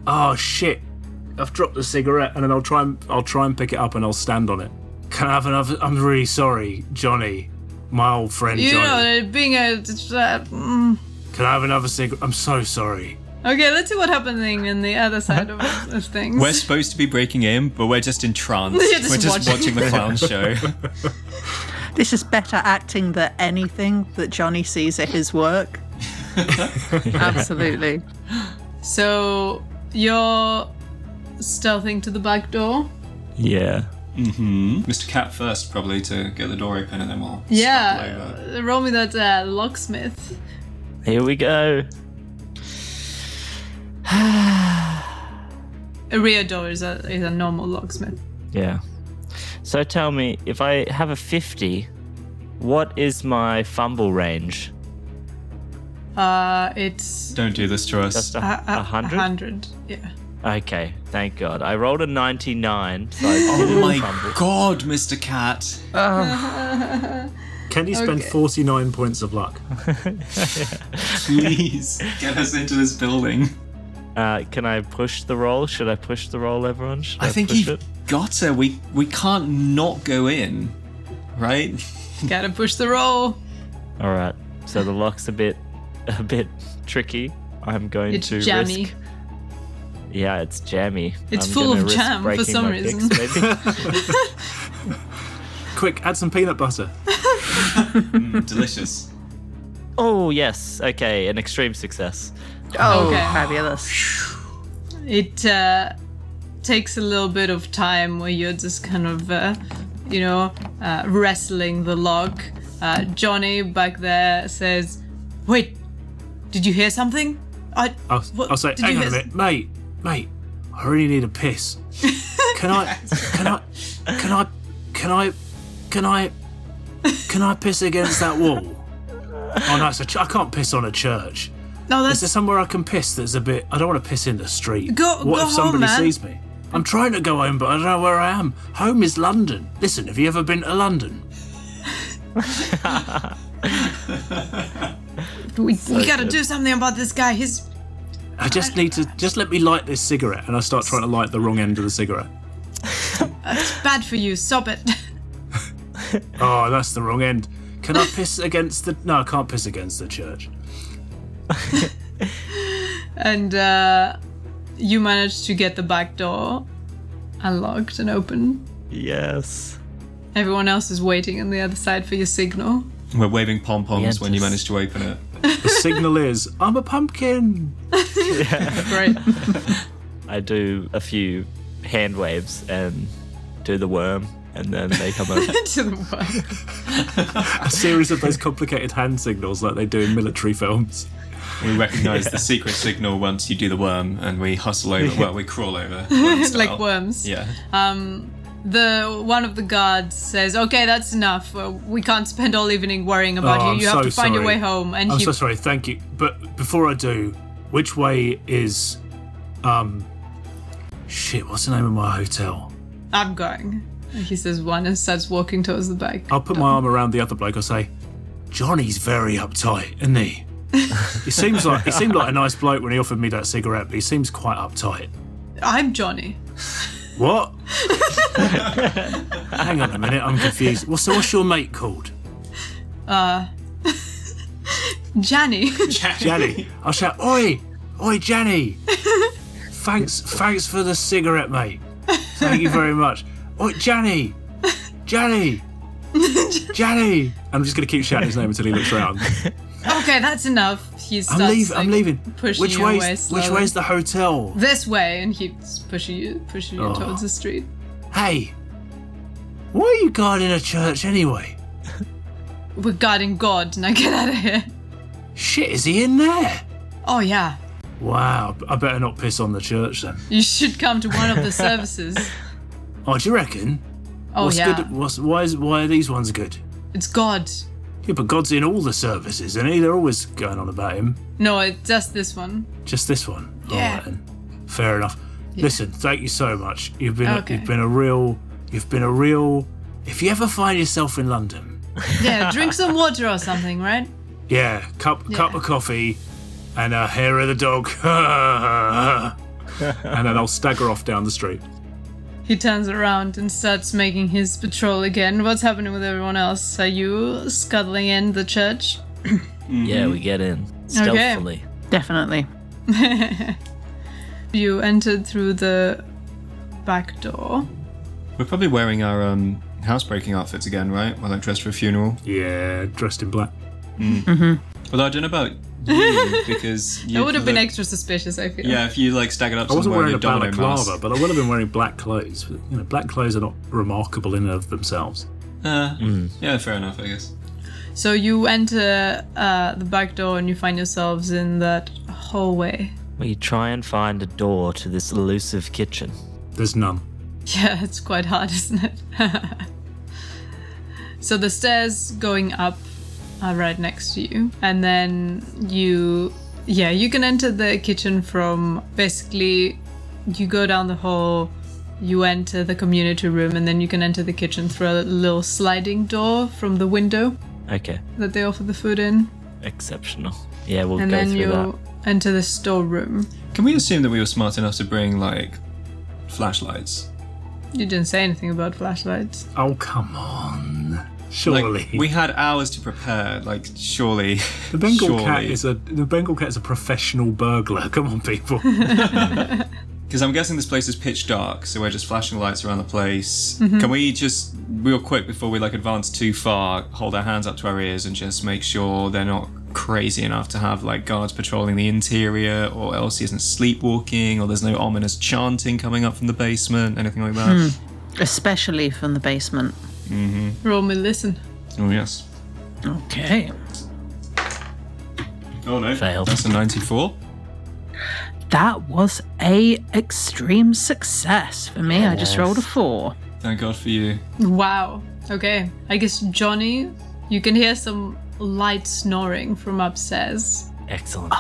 Speaker 7: Oh shit. I've dropped the cigarette and then I'll try and I'll try and pick it up and I'll stand on it. Can I have another I'm really sorry, Johnny. My old friend
Speaker 3: You
Speaker 7: Johnny.
Speaker 3: know, being a. it's, Uh, mm.
Speaker 7: Can I have another cigarette? I'm so sorry.
Speaker 3: Okay, let's see what happening in the other side of, of things.
Speaker 4: We're supposed to be breaking in, but we're just entranced.
Speaker 3: You're just
Speaker 4: we're just
Speaker 3: watching.
Speaker 4: watching the clown show.
Speaker 6: This is better acting than anything that Johnny sees at his work. Absolutely.
Speaker 3: So you're stealthing to the back door.
Speaker 8: Yeah.
Speaker 4: Mr. Cat first, probably, to get the door open, and then we'll. stumble over.
Speaker 3: Yeah, roll me that uh, locksmith.
Speaker 8: Here we go.
Speaker 3: A rear door is a is a normal locksmith.
Speaker 8: Yeah. So tell me, if I have a 50, what is my fumble range?
Speaker 3: Uh, it's
Speaker 4: Don't do this to us.
Speaker 8: Just a,
Speaker 3: a- a-
Speaker 8: a
Speaker 3: Uh, A
Speaker 8: hundred?
Speaker 3: hundred. Yeah.
Speaker 8: Okay, thank God. I rolled a 99, so I
Speaker 4: Oh
Speaker 8: didn't
Speaker 4: my
Speaker 8: fumble.
Speaker 4: god, Mr. Cat.
Speaker 7: Can you spend
Speaker 3: Okay.
Speaker 7: 49 points of luck?
Speaker 4: Please get us into this building.
Speaker 8: Uh, can I push the roll? Should I push the roll, everyone? Should I,
Speaker 4: I think
Speaker 8: push
Speaker 4: you've
Speaker 8: it?
Speaker 4: got to. We we can't not go in, right?
Speaker 3: Gotta push the roll.
Speaker 8: All right. So the lock's a bit, a bit tricky. I'm going
Speaker 3: It's
Speaker 8: to
Speaker 3: jammy.
Speaker 8: risk. Yeah, it's jammy.
Speaker 3: It's
Speaker 8: I'm
Speaker 3: full
Speaker 8: gonna
Speaker 3: of
Speaker 8: risk
Speaker 3: jam for
Speaker 8: breaking
Speaker 3: some
Speaker 8: my
Speaker 3: reason.
Speaker 8: picks, maybe.
Speaker 7: Quick, add some peanut butter.
Speaker 4: Delicious.
Speaker 8: oh yes. Okay, an extreme success.
Speaker 6: Oh,
Speaker 3: Okay.
Speaker 6: fabulous.
Speaker 3: It uh, takes a little bit of time where you're just kind of, uh, you know, uh, wrestling the lock. Uh, Johnny back there says, "Wait, did you hear something?" I
Speaker 7: I'll,
Speaker 3: What-
Speaker 7: I'll say,
Speaker 3: did you
Speaker 7: hang on a
Speaker 3: hear-
Speaker 7: minute, mate, mate. I really need a piss. Can I? Can I? Can I? Can I? Can I? Can I piss against that wall? Oh no, it's a ch- I can't piss on a church.
Speaker 3: no,
Speaker 7: Is there
Speaker 3: that's
Speaker 7: somewhere I can piss that's a bit? I don't want to piss in the street.
Speaker 3: Go-
Speaker 7: what
Speaker 3: go
Speaker 7: if somebody
Speaker 3: home, man.
Speaker 7: sees me? I'm trying to go home, but I don't know where I am. Home is London. Listen, have you ever been to London?
Speaker 3: we, we gotta do something about this guy. He's
Speaker 7: I just need to just let me light this cigarette, and I start trying to light the wrong end of the cigarette.
Speaker 3: bad for you. Stop it.
Speaker 7: Oh, that's the wrong end. Can I piss against the? No, I can't piss against the church.
Speaker 3: and uh, you manage to get the back door unlocked and open.
Speaker 8: Yes.
Speaker 3: Everyone else is waiting on the other side for your signal.
Speaker 4: We're waving pom poms
Speaker 8: Yeah,
Speaker 4: when you
Speaker 8: just-
Speaker 4: manage to open it.
Speaker 7: The signal is I'm a pumpkin.
Speaker 3: Great.
Speaker 8: I do a few hand waves and do the worm and then they come over.
Speaker 3: It didn't work.
Speaker 7: A series of those complicated hand signals like they do in military films.
Speaker 4: We recognise the secret signal once you do the worm, and we hustle over. Well, we crawl over. worm
Speaker 3: like
Speaker 4: style.
Speaker 3: worms.
Speaker 4: Yeah.
Speaker 3: The one of the guards says, "Okay, that's enough. Uh, We can't spend all evening worrying about
Speaker 7: Oh,
Speaker 3: you.
Speaker 7: I'm
Speaker 3: you have
Speaker 7: so
Speaker 3: to find your
Speaker 7: sorry.
Speaker 3: way home." And
Speaker 7: I'm
Speaker 3: he
Speaker 7: so sorry. Thank you. But before I do, which way is, um, shit? What's the name of my hotel?
Speaker 3: I'm going. And he says one and starts walking towards the back.
Speaker 7: I'll put my arm around the other bloke. I say, Johnny's very uptight, isn't he? he seems like he seemed like a nice bloke when he offered me that cigarette, but he seems quite uptight.
Speaker 3: I'm Johnny.
Speaker 7: What? Hang on a minute, I'm confused. Well, so what's your mate called?
Speaker 3: Johnny.
Speaker 7: Jenny. I'll shout, Oi! Oi, Jenny! thanks thanks for the cigarette, mate. Thank you very much. Oi, Jenny! Jenny! Jenny! And I'm just going to keep shouting his name until he looks around.
Speaker 3: okay, that's enough. He starts.
Speaker 7: I'm, leaving. I'm
Speaker 3: like,
Speaker 7: leaving.
Speaker 3: Pushing
Speaker 7: Which
Speaker 3: you away
Speaker 7: way's,
Speaker 3: slowly.
Speaker 7: which way's the hotel?
Speaker 3: This way, and he's pushing you, pushing
Speaker 7: Oh.
Speaker 3: you towards the street.
Speaker 7: Hey! Why are you guarding a church anyway?
Speaker 3: We're guarding God. Now get out of here.
Speaker 7: Shit, is he in there?
Speaker 3: Oh yeah,
Speaker 7: Wow, I better not piss on the church then.
Speaker 3: you should come to one of the services.
Speaker 7: Oh, do you reckon?
Speaker 3: Oh
Speaker 7: what's
Speaker 3: yeah,
Speaker 7: good? What's, why, is, why are these ones good?
Speaker 3: it's God.
Speaker 7: Yeah, but God's in all the services, and they're always going on about him.
Speaker 3: No, it's just this one.
Speaker 7: Just this one. All
Speaker 3: Yeah.
Speaker 7: right then. Fair enough. Listen, thank you so much. You've been
Speaker 3: Okay.
Speaker 7: a, you've been a real you've been a real. If you ever find yourself in London,
Speaker 3: Yeah, drink some water or something, right?
Speaker 7: yeah, cup cup of coffee, and uh, here are the dog. and then I'll stagger off down the street.
Speaker 3: He turns around and starts making his patrol again. What's happening with everyone else? Are you scuttling in the church?
Speaker 8: Yeah, we get in stealthily.
Speaker 6: Definitely.
Speaker 3: You entered through the back door.
Speaker 4: We're probably wearing our um, housebreaking outfits again, right? We're like dressed for a funeral.
Speaker 7: Yeah, dressed in black.
Speaker 4: Although I don't know about you, because you
Speaker 3: That would have been
Speaker 4: look-
Speaker 3: extra suspicious, I feel.
Speaker 4: Yeah, if you like staggered up
Speaker 7: I wasn't
Speaker 4: someone
Speaker 7: wearing
Speaker 4: wearing a domino
Speaker 7: a balaclava,
Speaker 4: mask.
Speaker 7: but I would have been wearing black clothes. You know, black clothes are not remarkable in and of themselves.
Speaker 4: Uh,
Speaker 3: Hmm.
Speaker 4: Yeah, fair enough, I guess.
Speaker 3: So you enter uh, the back door and you find yourselves in that hallway.
Speaker 8: We try and find a door to this elusive kitchen.
Speaker 7: There's none.
Speaker 3: Yeah, it's quite hard, isn't it? so the stairs going up are right next to you, and then you, yeah, you can enter the kitchen from basically you go down the hall, you enter the community room, and then you can enter the kitchen through a little sliding door from the window
Speaker 8: Okay,
Speaker 3: that they offer the food in,
Speaker 8: exceptional. Yeah, we'll
Speaker 3: and
Speaker 8: go
Speaker 3: then
Speaker 8: through
Speaker 3: you
Speaker 8: that.
Speaker 3: enter the storeroom.
Speaker 4: Can we assume that we were smart enough to bring like flashlights?
Speaker 3: You didn't say anything about flashlights.
Speaker 7: Oh come on!
Speaker 4: Like,
Speaker 7: Surely
Speaker 4: we had hours to prepare. Like, surely.
Speaker 7: the Bengal cat
Speaker 4: surely.
Speaker 7: is a the Bengal cat is a professional burglar. Come on, people!
Speaker 4: Because I'm guessing this place is pitch dark, so we're just flashing lights around the place. Can we just, real quick, before we like advance too far, hold our hands up to our ears and just make sure they're not crazy enough to have like guards patrolling the interior, or else he isn't sleepwalking, or there's no ominous chanting coming up from the basement, anything like that?
Speaker 6: Especially from the basement.
Speaker 3: Roll me listen.
Speaker 4: Oh yes.
Speaker 6: Okay.
Speaker 4: Oh no.
Speaker 8: Failed.
Speaker 4: That's a 94.
Speaker 6: That was a extreme success for me. I just rolled a four.
Speaker 4: Thank God for you.
Speaker 3: Wow. Okay. I guess Johnny, you can hear some light snoring from upstairs.
Speaker 8: Excellent.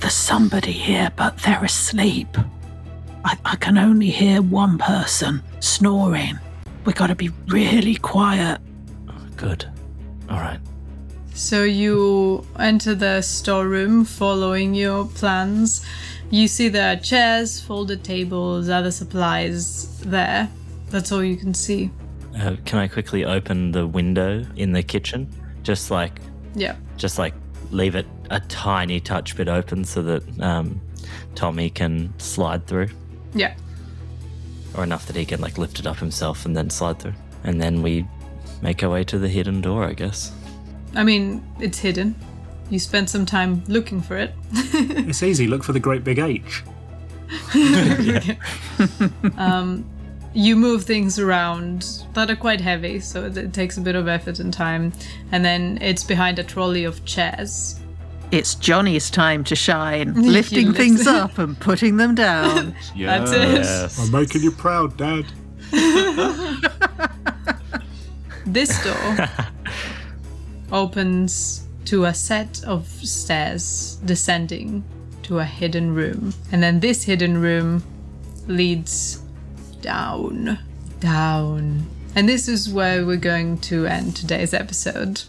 Speaker 6: There's somebody here, but they're asleep. I, I can only hear one person snoring. We gotta be really quiet.
Speaker 8: Good. All right.
Speaker 3: So you enter the storeroom following your plans. You see there are chairs, folded tables, other supplies there. That's all you can see.
Speaker 8: Uh, can I quickly open the window in the kitchen? Just like,
Speaker 3: Yeah.
Speaker 8: just like, leave it a tiny touch bit open so that um, Tommy can slide through,
Speaker 3: Yeah.
Speaker 8: or enough that he can like lift it up himself and then slide through, and then we make our way to the hidden door, I guess.
Speaker 3: I mean, it's hidden. You spent some time looking for it.
Speaker 7: it's easy. Look for the great big H.
Speaker 3: Um, you move things around that are quite heavy, so it, it takes a bit of effort and time. And then it's behind a trolley of chairs.
Speaker 6: It's Johnny's time to shine,
Speaker 3: you
Speaker 6: lifting things
Speaker 3: listen.
Speaker 6: up and putting them down.
Speaker 3: That's it.
Speaker 7: I'm making you proud, Dad.
Speaker 3: This door opens to a set of stairs descending to a hidden room. And then this hidden room leads down, down. And this is where we're going to end today's episode.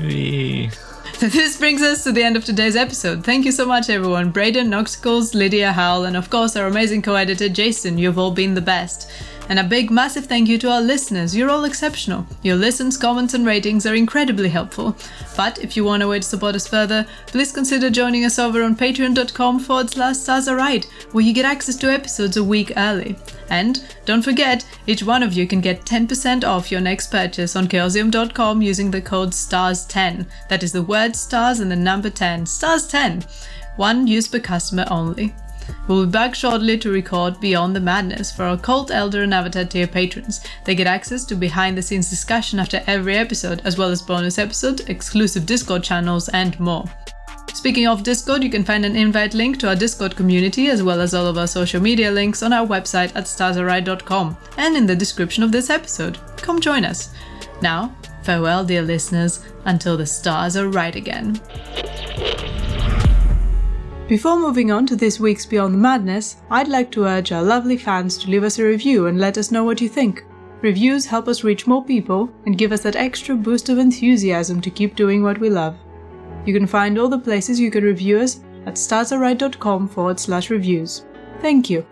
Speaker 8: Wee.
Speaker 3: So this brings us to the end of today's episode. Thank you so much, everyone. Braden, Noxicals, Lydia Howell, and of course our amazing co-editor Jason. You've all been the best. And a big, massive thank you to our listeners. You're all exceptional. Your listens, comments, and ratings are incredibly helpful. But if you want a way to support us further, please consider joining us over on patreon.com forward slash stars are right, where you get access to episodes a week early. And don't forget, each one of you can get 10% off your next purchase on chaosium.com using the code STARS10. That is the word STARS and the number 10. STARS10! One use per customer only. We'll be back shortly to record Beyond the Madness for our Cult Elder and Avatar tier patrons. They get access to behind the scenes discussion after every episode, as well as bonus episodes, exclusive Discord channels, and more. Speaking of Discord, you can find an invite link to our Discord community as well as all of our social media links on our website at starsarai.com and in the description of this episode. Come join us. Now, farewell, dear listeners, until the stars are right again. Before moving on to this week's Beyond the Madness, I'd like to urge our lovely fans to leave us a review and let us know what you think. Reviews help us reach more people and give us that extra boost of enthusiasm to keep doing what we love. You can find all the places you can review us at starsarai.com forward slash reviews. Thank you.